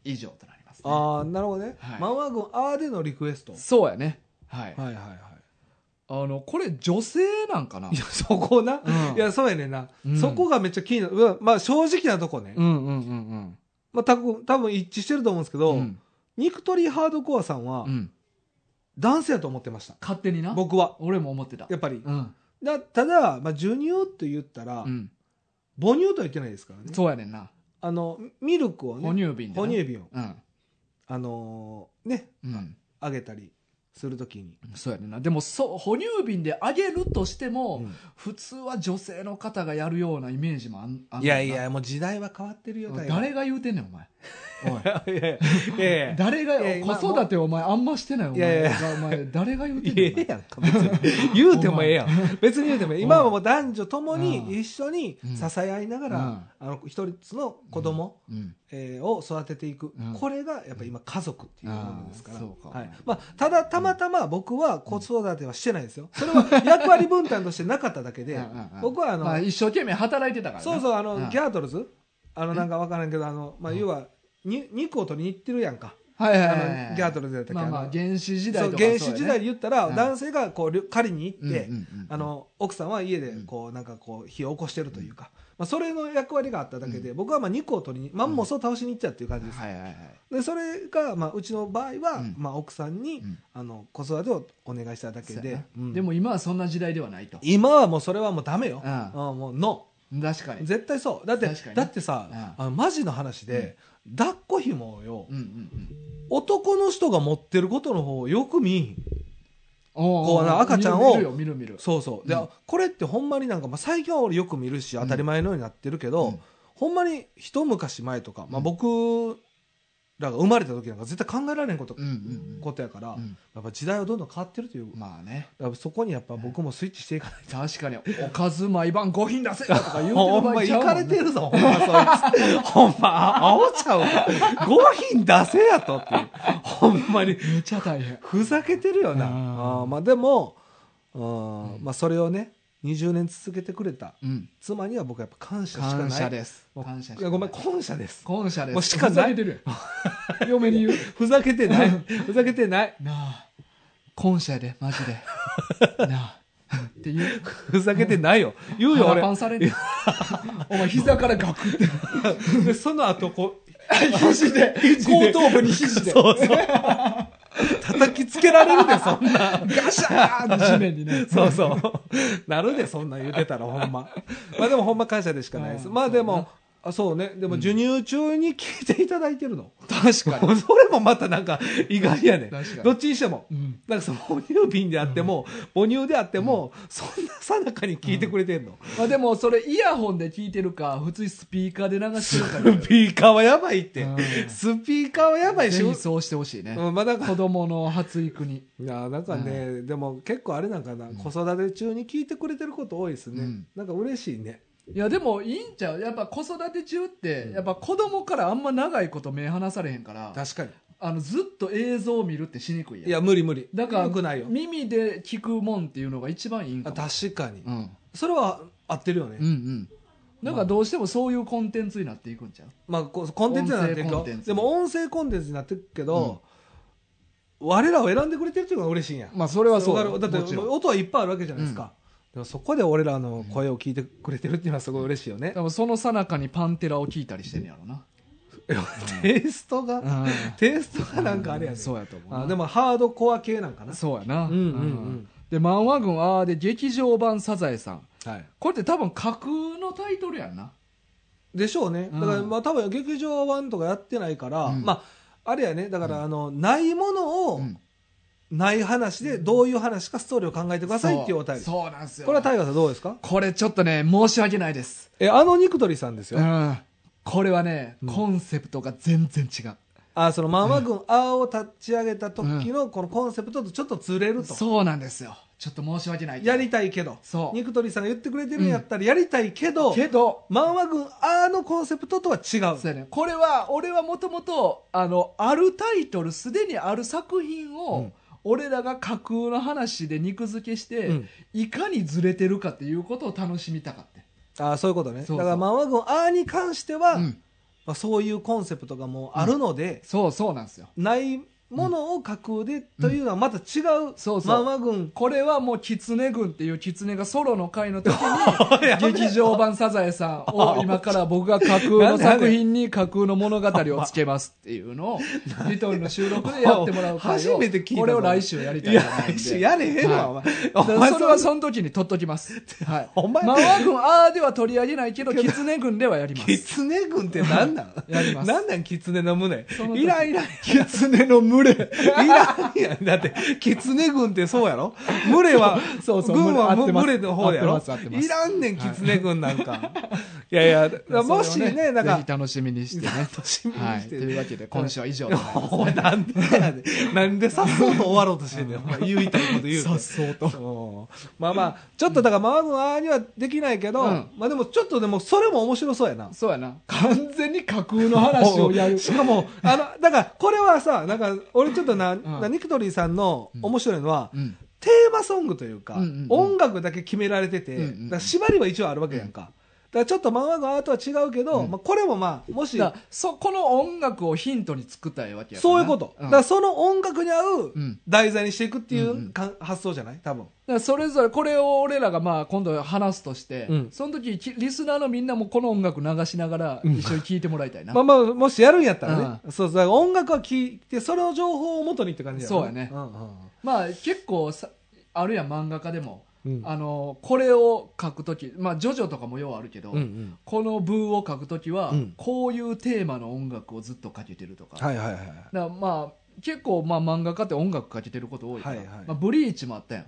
Speaker 1: 以上となります、ね、
Speaker 2: ああ、なるほどね
Speaker 1: は。い
Speaker 2: マンワ軍、ああでのリクエスト。
Speaker 1: そうやねはい、
Speaker 2: はいはいはい。
Speaker 1: あのこれ女性なんかない
Speaker 2: や、そこな。
Speaker 1: うん
Speaker 2: いや、そうやねんな
Speaker 1: う。ん
Speaker 2: そこがめっちゃ気になるうん。まあ、正直なとこね
Speaker 1: う。んうんうん
Speaker 2: まあ、多分、多分一致してると思うんですけ
Speaker 1: うん
Speaker 2: ど、
Speaker 1: うん
Speaker 2: ニクトリーハードコアさんは
Speaker 1: う、ん
Speaker 2: 男性やと思ってました。
Speaker 1: 勝手にな
Speaker 2: 僕は。
Speaker 1: 俺も思ってた
Speaker 2: やっぱり。
Speaker 1: うん
Speaker 2: だただ、まあ、授乳って言ったら、
Speaker 1: うん
Speaker 2: 母乳とは言ってないですからね。
Speaker 1: そうやねんな
Speaker 2: あの、ミルクをね、
Speaker 1: 哺乳瓶でな
Speaker 2: 哺乳瓶を、
Speaker 1: うん
Speaker 2: あのーね、
Speaker 1: うん
Speaker 2: あげたりするときに。
Speaker 1: そうやねんなでもそう哺乳瓶であげるとしても、
Speaker 2: うん
Speaker 1: 普通は女性の方がやるようなイメージもあんあん
Speaker 2: いやいや、もう時代は変わってるよ、
Speaker 1: おい
Speaker 2: 大概
Speaker 1: 誰が言うてんねんお前 おい
Speaker 2: いやいやいやい
Speaker 1: 誰
Speaker 2: いやいや
Speaker 1: が子育てお前あんましてないお前
Speaker 2: いやいや
Speaker 1: お前誰が言うてんね
Speaker 2: や
Speaker 1: ん
Speaker 2: え
Speaker 1: お
Speaker 2: え
Speaker 1: 前
Speaker 2: やんか、別に。言うてもええやん。別に言うてもええ。今はもう男女とも
Speaker 1: うん
Speaker 2: に一緒に支え合いながら、あの、一人の子供、
Speaker 1: うん
Speaker 2: えーを育てていく、
Speaker 1: うん
Speaker 2: これがやっぱ今家族っていうものですから、
Speaker 1: あーそうか
Speaker 2: はいまあ、ただたまたま僕は子育てはしてないですよ、それは役割分担としてなかっただけで
Speaker 1: うんうんうん
Speaker 2: 僕はあの、
Speaker 1: まあ、一生懸命働いてたからな
Speaker 2: そうそうあの、
Speaker 1: うん
Speaker 2: ギャートルズあのなんか分からんけどあの、まあ、要はに肉を取りに行ってるやんか、
Speaker 1: はいは
Speaker 2: あ
Speaker 1: い
Speaker 2: の
Speaker 1: はいはい
Speaker 2: ギャートルズやったっけ、
Speaker 1: まあま
Speaker 2: あ
Speaker 1: あ
Speaker 2: の
Speaker 1: 原始時代と
Speaker 2: そ
Speaker 1: か
Speaker 2: う原始時代で言ったら、
Speaker 1: うん
Speaker 2: 男性がこうりょ狩りに行
Speaker 1: そう
Speaker 2: っ
Speaker 1: や
Speaker 2: て、
Speaker 1: ねうんうんうん
Speaker 2: あの奥さんは家でこうなんかこう火を起こしてるというか、まあ、それの役割があっただけで、僕はまあ肉を取りにマンモスを倒しに行っちゃうっていう感じです、
Speaker 1: はいはいはい
Speaker 2: でそれが、まあ、うちの場合は、
Speaker 1: うん
Speaker 2: まあ、奥さんに、
Speaker 1: うん
Speaker 2: あの子育てをお願いしただけ
Speaker 1: そうや
Speaker 2: で
Speaker 1: な、
Speaker 2: うん
Speaker 1: でも今はそんな時代ではないと
Speaker 2: 今はもうそれはもうダメよ、
Speaker 1: うん
Speaker 2: あもうノ
Speaker 1: 確か
Speaker 2: ー
Speaker 1: に
Speaker 2: 絶対そうだって
Speaker 1: 確かに
Speaker 2: だってさ、
Speaker 1: う
Speaker 2: あのマジの話で、抱っこひもをよ、
Speaker 1: うんうんうん
Speaker 2: 男の人が持ってることの方をよく見いひん
Speaker 1: お
Speaker 2: こうな赤ちゃんを
Speaker 1: 見るよ見る見る
Speaker 2: そうそうで、
Speaker 1: うん
Speaker 2: これってほんまになんか、まあ、最近は俺よく見るし当たり前のようになってるけど、
Speaker 1: うん
Speaker 2: ほんまに一昔前とか、ま
Speaker 1: う
Speaker 2: あ、
Speaker 1: ん
Speaker 2: 僕らが生まれた時なんか絶対考えられへんこと,、
Speaker 1: うんうん
Speaker 2: ことやから、
Speaker 1: うんうん
Speaker 2: やっぱ時代はどんどん変わってるという、だ
Speaker 1: まあね
Speaker 2: からそこにやっぱ僕もスイッチしていかない
Speaker 1: 確かにおかず毎晩5品出せとか言うて
Speaker 2: ほ
Speaker 1: る
Speaker 2: ん
Speaker 1: 場
Speaker 2: ま、
Speaker 1: 合
Speaker 2: い
Speaker 1: ちゃう
Speaker 2: か
Speaker 1: も
Speaker 2: れ
Speaker 1: ん
Speaker 2: て
Speaker 1: ね
Speaker 2: るぞ、ほんま、そいつ。ほんま、あおちゃうわ。5品出せやとっていう。ほんまに、
Speaker 1: めっちゃ大変
Speaker 2: ふざけてるよな。
Speaker 1: あー
Speaker 2: あーまあ、でも、うんまあ、それをね、 20年続けてくれた
Speaker 1: うん。
Speaker 2: 妻には僕はやっぱ感謝しかな
Speaker 1: 感
Speaker 2: い
Speaker 1: 謝です。
Speaker 2: もう
Speaker 1: 感謝し
Speaker 2: いやごめん感謝です
Speaker 1: 感謝です。
Speaker 2: もうしかな
Speaker 1: ふざけ
Speaker 2: い
Speaker 1: てるやん嫁に言う。
Speaker 2: ふざけてないふざけてない
Speaker 1: なあ、感謝やで、マジで。 なあ。って言う。
Speaker 2: ふざけてないよ言うよ
Speaker 1: 腹パン
Speaker 2: 俺
Speaker 1: さ れんねんお前膝からガクって。
Speaker 2: でその後こう
Speaker 1: 肘で、後頭部に肘で。
Speaker 2: そうそう叩きつけられるでそんな
Speaker 1: ガシャーン地面にね。
Speaker 2: そうそう。なるで、そんなん言うて たら、ほんま。まあでも、ほんま感謝でしかないです。
Speaker 1: うん
Speaker 2: まあ
Speaker 1: そう
Speaker 2: で
Speaker 1: や
Speaker 2: も、あそうね。でも、授乳中に聞いていただいてるの。
Speaker 1: 確かに。
Speaker 2: それもまたなんか、意外やね
Speaker 1: 確かに
Speaker 2: どっちにしても
Speaker 1: う。ん。
Speaker 2: なんかその、哺乳瓶であっても、母乳であっても、そんなさなかに聞いてくれてんの。
Speaker 1: まあでも、それイヤホンで聞いてるか、普通にスピーカーで流してるかによる
Speaker 2: スピーカーはやばいって
Speaker 1: うん。
Speaker 2: スピーカーはやばいし
Speaker 1: ぜ。ひそうしてほしいね。
Speaker 2: うんまあなんか
Speaker 1: 子供の発育に。
Speaker 2: いやーなんかね、でも結構あれなんかな、子育て中に聞いてくれてること多いですね、
Speaker 1: うん
Speaker 2: なんか嬉しいね
Speaker 1: いやでもいいんちゃうやっぱ子育て中ってやっぱ子供からあんま長いこと目離されへんから
Speaker 2: 確かに
Speaker 1: あのずっと映像を見るってしにくいやん
Speaker 2: いや無理無理
Speaker 1: だから
Speaker 2: よくないよ
Speaker 1: 耳で聞くもんっていうのが一番いいんか
Speaker 2: あ
Speaker 1: も
Speaker 2: 確かに、
Speaker 1: うん、うん
Speaker 2: それは合ってるよね、
Speaker 1: うんなんかどうしてもそういうコンテンツになっていくんちゃう
Speaker 2: まあこうコンテンツになってるけ
Speaker 1: 音声コ
Speaker 2: ど
Speaker 1: ンテンツ
Speaker 2: でも音声コンテンツになってるけど、我らを選んでくれてるっていうのが嬉しいんや、
Speaker 1: まあそれはそう
Speaker 2: わかるだって
Speaker 1: もちろん
Speaker 2: 音はいっぱいあるわけじゃないですか、でもそこで俺らの声を聞いてくれてるっていうのはすごい嬉しいよね、
Speaker 1: でもその最中にパンテラを聞いたりしてんやろな
Speaker 2: テイストが、
Speaker 1: うん
Speaker 2: テイストがなんか あれやね、
Speaker 1: そうやと思うな
Speaker 2: あでもハードコア系なんかな
Speaker 1: そうやな
Speaker 2: うんうんうん
Speaker 1: で漫画軍あーで劇場版サザエさん
Speaker 2: はい
Speaker 1: これって多分架空のタイトルやんな
Speaker 2: でしょうね、
Speaker 1: うん
Speaker 2: だからまあ多分劇場版とかやってないから、
Speaker 1: うん
Speaker 2: まああれやねだからあの、ないものを、
Speaker 1: うん
Speaker 2: ない話でどういう話かストーリーを考えてくださいっていうお便りこ
Speaker 1: そうそうなんですよ
Speaker 2: れはタイガーさんどうですか
Speaker 1: これちょっとね申し訳ないです
Speaker 2: えあのニクトリさんですよ、
Speaker 1: うんこれはね、
Speaker 2: うん
Speaker 1: コンセプトが全然違う
Speaker 2: あそのママ軍「あ」を立ち上げた時のこのコンセプトとちょっとずれると、
Speaker 1: そうなんですよちょっと申し訳ないけど
Speaker 2: やりたいけど
Speaker 1: そう
Speaker 2: ニクトリさんが言ってくれてるんやったらやりたいけど、
Speaker 1: けど
Speaker 2: ママ軍「あ」のコンセプトとは違う
Speaker 1: そうやね、これは俺はもともとあのあるタイトルすでにある作品を、
Speaker 2: うん
Speaker 1: 俺らが架空の話で肉付けして、
Speaker 2: うん
Speaker 1: いかにずれてるかっていうことを楽しみたかって、
Speaker 2: あそういうことね
Speaker 1: そうそう
Speaker 2: だからママ軍「あ」に関しては、
Speaker 1: うん
Speaker 2: まあ、そういうコンセプトがもうあるので、
Speaker 1: そうそうなんですよ
Speaker 2: ないものを架空でというのはまた違う、
Speaker 1: そうそう
Speaker 2: ママ軍
Speaker 1: これはもう狐軍っていう狐がソロの回の時
Speaker 2: や
Speaker 1: に
Speaker 2: めろ
Speaker 1: 劇場版サザエさんを今から僕が架空の作品 に架空の物語をつけますっていうのをリトルの収録でやってもらう回を
Speaker 2: 初めて聞いたぞ
Speaker 1: これを来週やりた
Speaker 2: い
Speaker 1: いと
Speaker 2: や
Speaker 1: 思うんで
Speaker 2: やれへんわ、お
Speaker 1: だか
Speaker 2: 前お
Speaker 1: ら
Speaker 2: 前
Speaker 1: それはその時に取っとき ます。はい。
Speaker 2: お前
Speaker 1: マワ軍、あーでは取り上げないけど、キツネ軍ではやります。
Speaker 2: 狐軍って何なん
Speaker 1: やります
Speaker 2: 何なん狐の胸
Speaker 1: その時
Speaker 2: いらんいらん狐の群れいらんやんだって狐軍ってそうやろ群れは
Speaker 1: そうそう
Speaker 2: 軍は
Speaker 1: 群れ合ってます
Speaker 2: 群れの方や
Speaker 1: 合
Speaker 2: ろ
Speaker 1: ってます合ってます
Speaker 2: いらんねん狐軍なんか、 い、やいやだからもし
Speaker 1: それを
Speaker 2: ねなん
Speaker 1: ぜ
Speaker 2: か
Speaker 1: ひ楽しみに してね。
Speaker 2: 楽しみに
Speaker 1: はい。
Speaker 2: し
Speaker 1: と
Speaker 2: て
Speaker 1: いうわけで、今週は以上でございます。
Speaker 2: お前なんでやねんなんでさっそうと終わろうとしてんねんお前言いたいこと言うて
Speaker 1: そうと。
Speaker 2: うんまあまあちょっとだからママ軍あーにはできないけど、
Speaker 1: うん
Speaker 2: まあでもちょっとでもそれも面白 そうやな
Speaker 1: そうやな。完全に架空の話をやる。
Speaker 2: しかも、あの、だから、これはさ、なんか、俺ちょっとな、なニクトリーさんの面白いのは、
Speaker 1: うん。
Speaker 2: テーマソングというか、
Speaker 1: うんうんうん
Speaker 2: 音楽だけ決められてて、
Speaker 1: うんうんうん
Speaker 2: だから縛りは一応あるわけやんか。だからちょっと漫画のアートは違うけど、まあ、これもまあ、もし、
Speaker 1: だからそこの音楽をヒントに作ったいわけやから
Speaker 2: そう
Speaker 1: な
Speaker 2: いうこと。
Speaker 1: ん
Speaker 2: だからその音楽に合う
Speaker 1: うん
Speaker 2: 題材にしていくってい
Speaker 1: うんう
Speaker 2: うんか発想じゃない多分。
Speaker 1: だからそれぞれこれを俺らがまあ今度話すとして、
Speaker 2: うん
Speaker 1: その時きリスナーのみんなもこの音楽流しながら一緒に聴いてもらいたいな、
Speaker 2: まあまあ、もしやるんやったらね。そうそう、だから音楽は聴いて、それの情報を元にって感じろ
Speaker 1: そうやね
Speaker 2: んうんうん
Speaker 1: まあ結構さあるやん漫画家でも、
Speaker 2: うん
Speaker 1: あのこれを書く時まあジョジョとかもようあるけど、
Speaker 2: うんうん
Speaker 1: この文を書く時は、
Speaker 2: うん
Speaker 1: こういうテーマの音楽をずっとかけてるとか,、
Speaker 2: はいはいはい。
Speaker 1: だからまあ結構まあ漫画家って音楽かけてること多いから、
Speaker 2: はいはい
Speaker 1: まあ、ブリーチもあったやん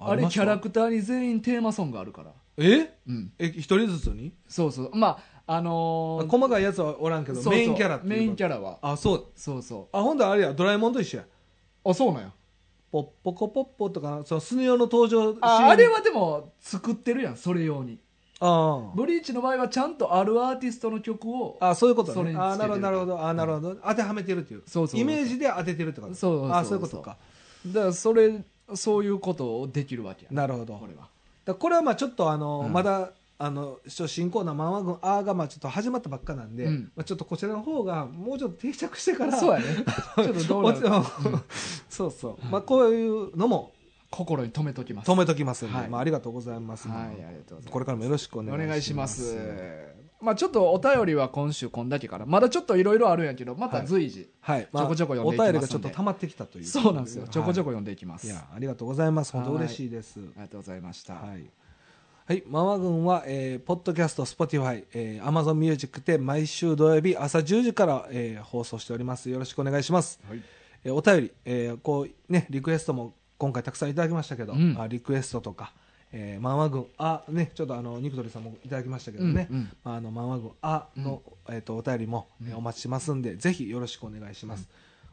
Speaker 1: あ
Speaker 2: り
Speaker 1: れ
Speaker 2: まし
Speaker 1: キ
Speaker 2: た
Speaker 1: ャラクターに全員テーマソングあるから
Speaker 2: え
Speaker 1: うん
Speaker 2: え、一人ずつに
Speaker 1: そうそうまああのー
Speaker 2: 細かいやつはおらんけど
Speaker 1: そうそう
Speaker 2: メインキャラっていう
Speaker 1: メインキ
Speaker 2: ャ
Speaker 1: ャラは
Speaker 2: ラあそう
Speaker 1: そうそ
Speaker 2: あほんだらあれやドラえもんと一緒や
Speaker 1: うあそうなんや
Speaker 2: ポッポコポッポとかなそのスネ夫の登場シーン
Speaker 1: ああれはでも作ってるやんそれ用に
Speaker 2: あ
Speaker 1: ブリーチの場合はちゃんとあるアーティストの曲を
Speaker 2: ああそういうこと
Speaker 1: それにつ
Speaker 2: ね
Speaker 1: けてる
Speaker 2: あなるほどなるほどあなるほど当てはめてるっていう
Speaker 1: そうそうそう
Speaker 2: イメージで当ててるってこと
Speaker 1: そうそうそうそう
Speaker 2: あそういうことか
Speaker 1: だからそれそういうことをできるわけや
Speaker 2: なるほど
Speaker 1: これは
Speaker 2: らこれはまあちょっとあの、
Speaker 1: うん
Speaker 2: まだあの初新コーナー「マンワ軍あー」がまあちょっと始まったばっかなんで、
Speaker 1: うん
Speaker 2: まあ、ちょっとこちらの方がもうちょっと定着してから
Speaker 1: そうやね ちょっとどうなるか
Speaker 2: おつ そうそう、まあ、こういうのも
Speaker 1: 心に留めときます
Speaker 2: 止めときますんで、
Speaker 1: はい
Speaker 2: まあ、ありがとうございます、
Speaker 1: はいありがとうございます
Speaker 2: これからもよろしくお
Speaker 1: お願
Speaker 2: 願
Speaker 1: い
Speaker 2: いし
Speaker 1: しま
Speaker 2: ますす
Speaker 1: まあちょっとお便りは今週こんだけかなまだちょっといろいろあるんやけどまた随時、
Speaker 2: はいまあ
Speaker 1: ちょこちょこ読ん
Speaker 2: お
Speaker 1: でいきますんで
Speaker 2: 便りがちょっと溜まってきたという
Speaker 1: そうなんですよちょこちょこ
Speaker 2: はい
Speaker 1: 読んでいきます、
Speaker 2: い
Speaker 1: あ
Speaker 2: やありがとうございます本当嬉しいです
Speaker 1: りがとうございました、
Speaker 2: はい。はい、ママ軍は、えーポッドキャスト、Spotify、えー、Amazon Music で毎週土曜日朝10時から、えー放送しております。よろしくお願いします。
Speaker 1: はい
Speaker 2: えーお便り、えーこう、ね、リクエストも今回たくさんいただきましたけど、
Speaker 1: うん
Speaker 2: あリクエストとか、えー、ママ軍、あ、ね、ちょっとあの、ニクトリさんもいただきましたけどね、
Speaker 1: うんうん
Speaker 2: まああの、ママ軍、あの、えっ、と、お便りも、えーお待ちしますんで、ぜひよろしくお願いします。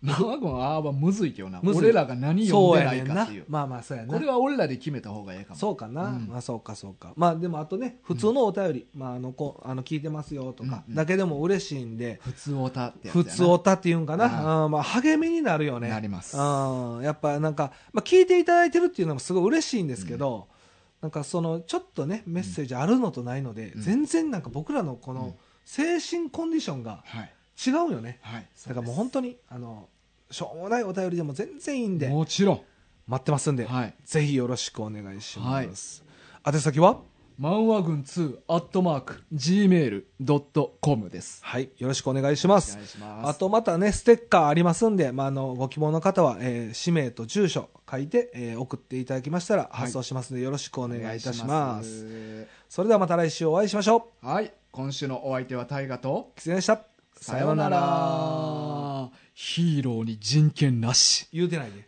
Speaker 1: 生ゴンあーはむずいけどな
Speaker 2: むずい
Speaker 1: 俺らが何読んでないかっ
Speaker 2: な
Speaker 1: ていう。
Speaker 2: まあまあ、そうやな。
Speaker 1: これは俺らで決めた方がええかも
Speaker 2: そうかな、
Speaker 1: うん
Speaker 2: まあそうかそうかまあでもあとね普通のお便り、まああのこあの聞いてますよとか
Speaker 1: うんうん
Speaker 2: だけでも嬉しいんで、
Speaker 1: 普通オタってやつや
Speaker 2: 普
Speaker 1: な
Speaker 2: 通おたっていうんかな、
Speaker 1: う
Speaker 2: あーまあ励みになるよね
Speaker 1: なります
Speaker 2: うんやっぱなんか、まあ、聞いていただいてるっていうのもすごい嬉しいんですけど、なんかそのちょっとねメッセージあるのとないので、
Speaker 1: うん
Speaker 2: 全然なんか僕らのこ
Speaker 1: うん
Speaker 2: の精神コンディションが
Speaker 1: はい
Speaker 2: 違うよね、
Speaker 1: はい
Speaker 2: だからもう本当にあのしょうもないお便りでも全然いいんで
Speaker 1: もちろん
Speaker 2: 待ってますんで、
Speaker 1: はい
Speaker 2: ぜひよろしくお願いします。宛先は
Speaker 1: 漫画軍2アットマーク gmail.com です
Speaker 2: はい、よろしくお願いします。
Speaker 1: いしま
Speaker 2: あとまたね、ステッカーありますんで、まあ、あの、ご希望の方は、えー氏名と住所書いて、えー送っていただきましたら発送しますので、よろしくお願いいたします。それではまた来週お会いしましょ
Speaker 1: はい今週のお相手は大河と
Speaker 2: う。きつねでした。さようなら。
Speaker 1: ヒーローに人権なし
Speaker 2: 言うてないね。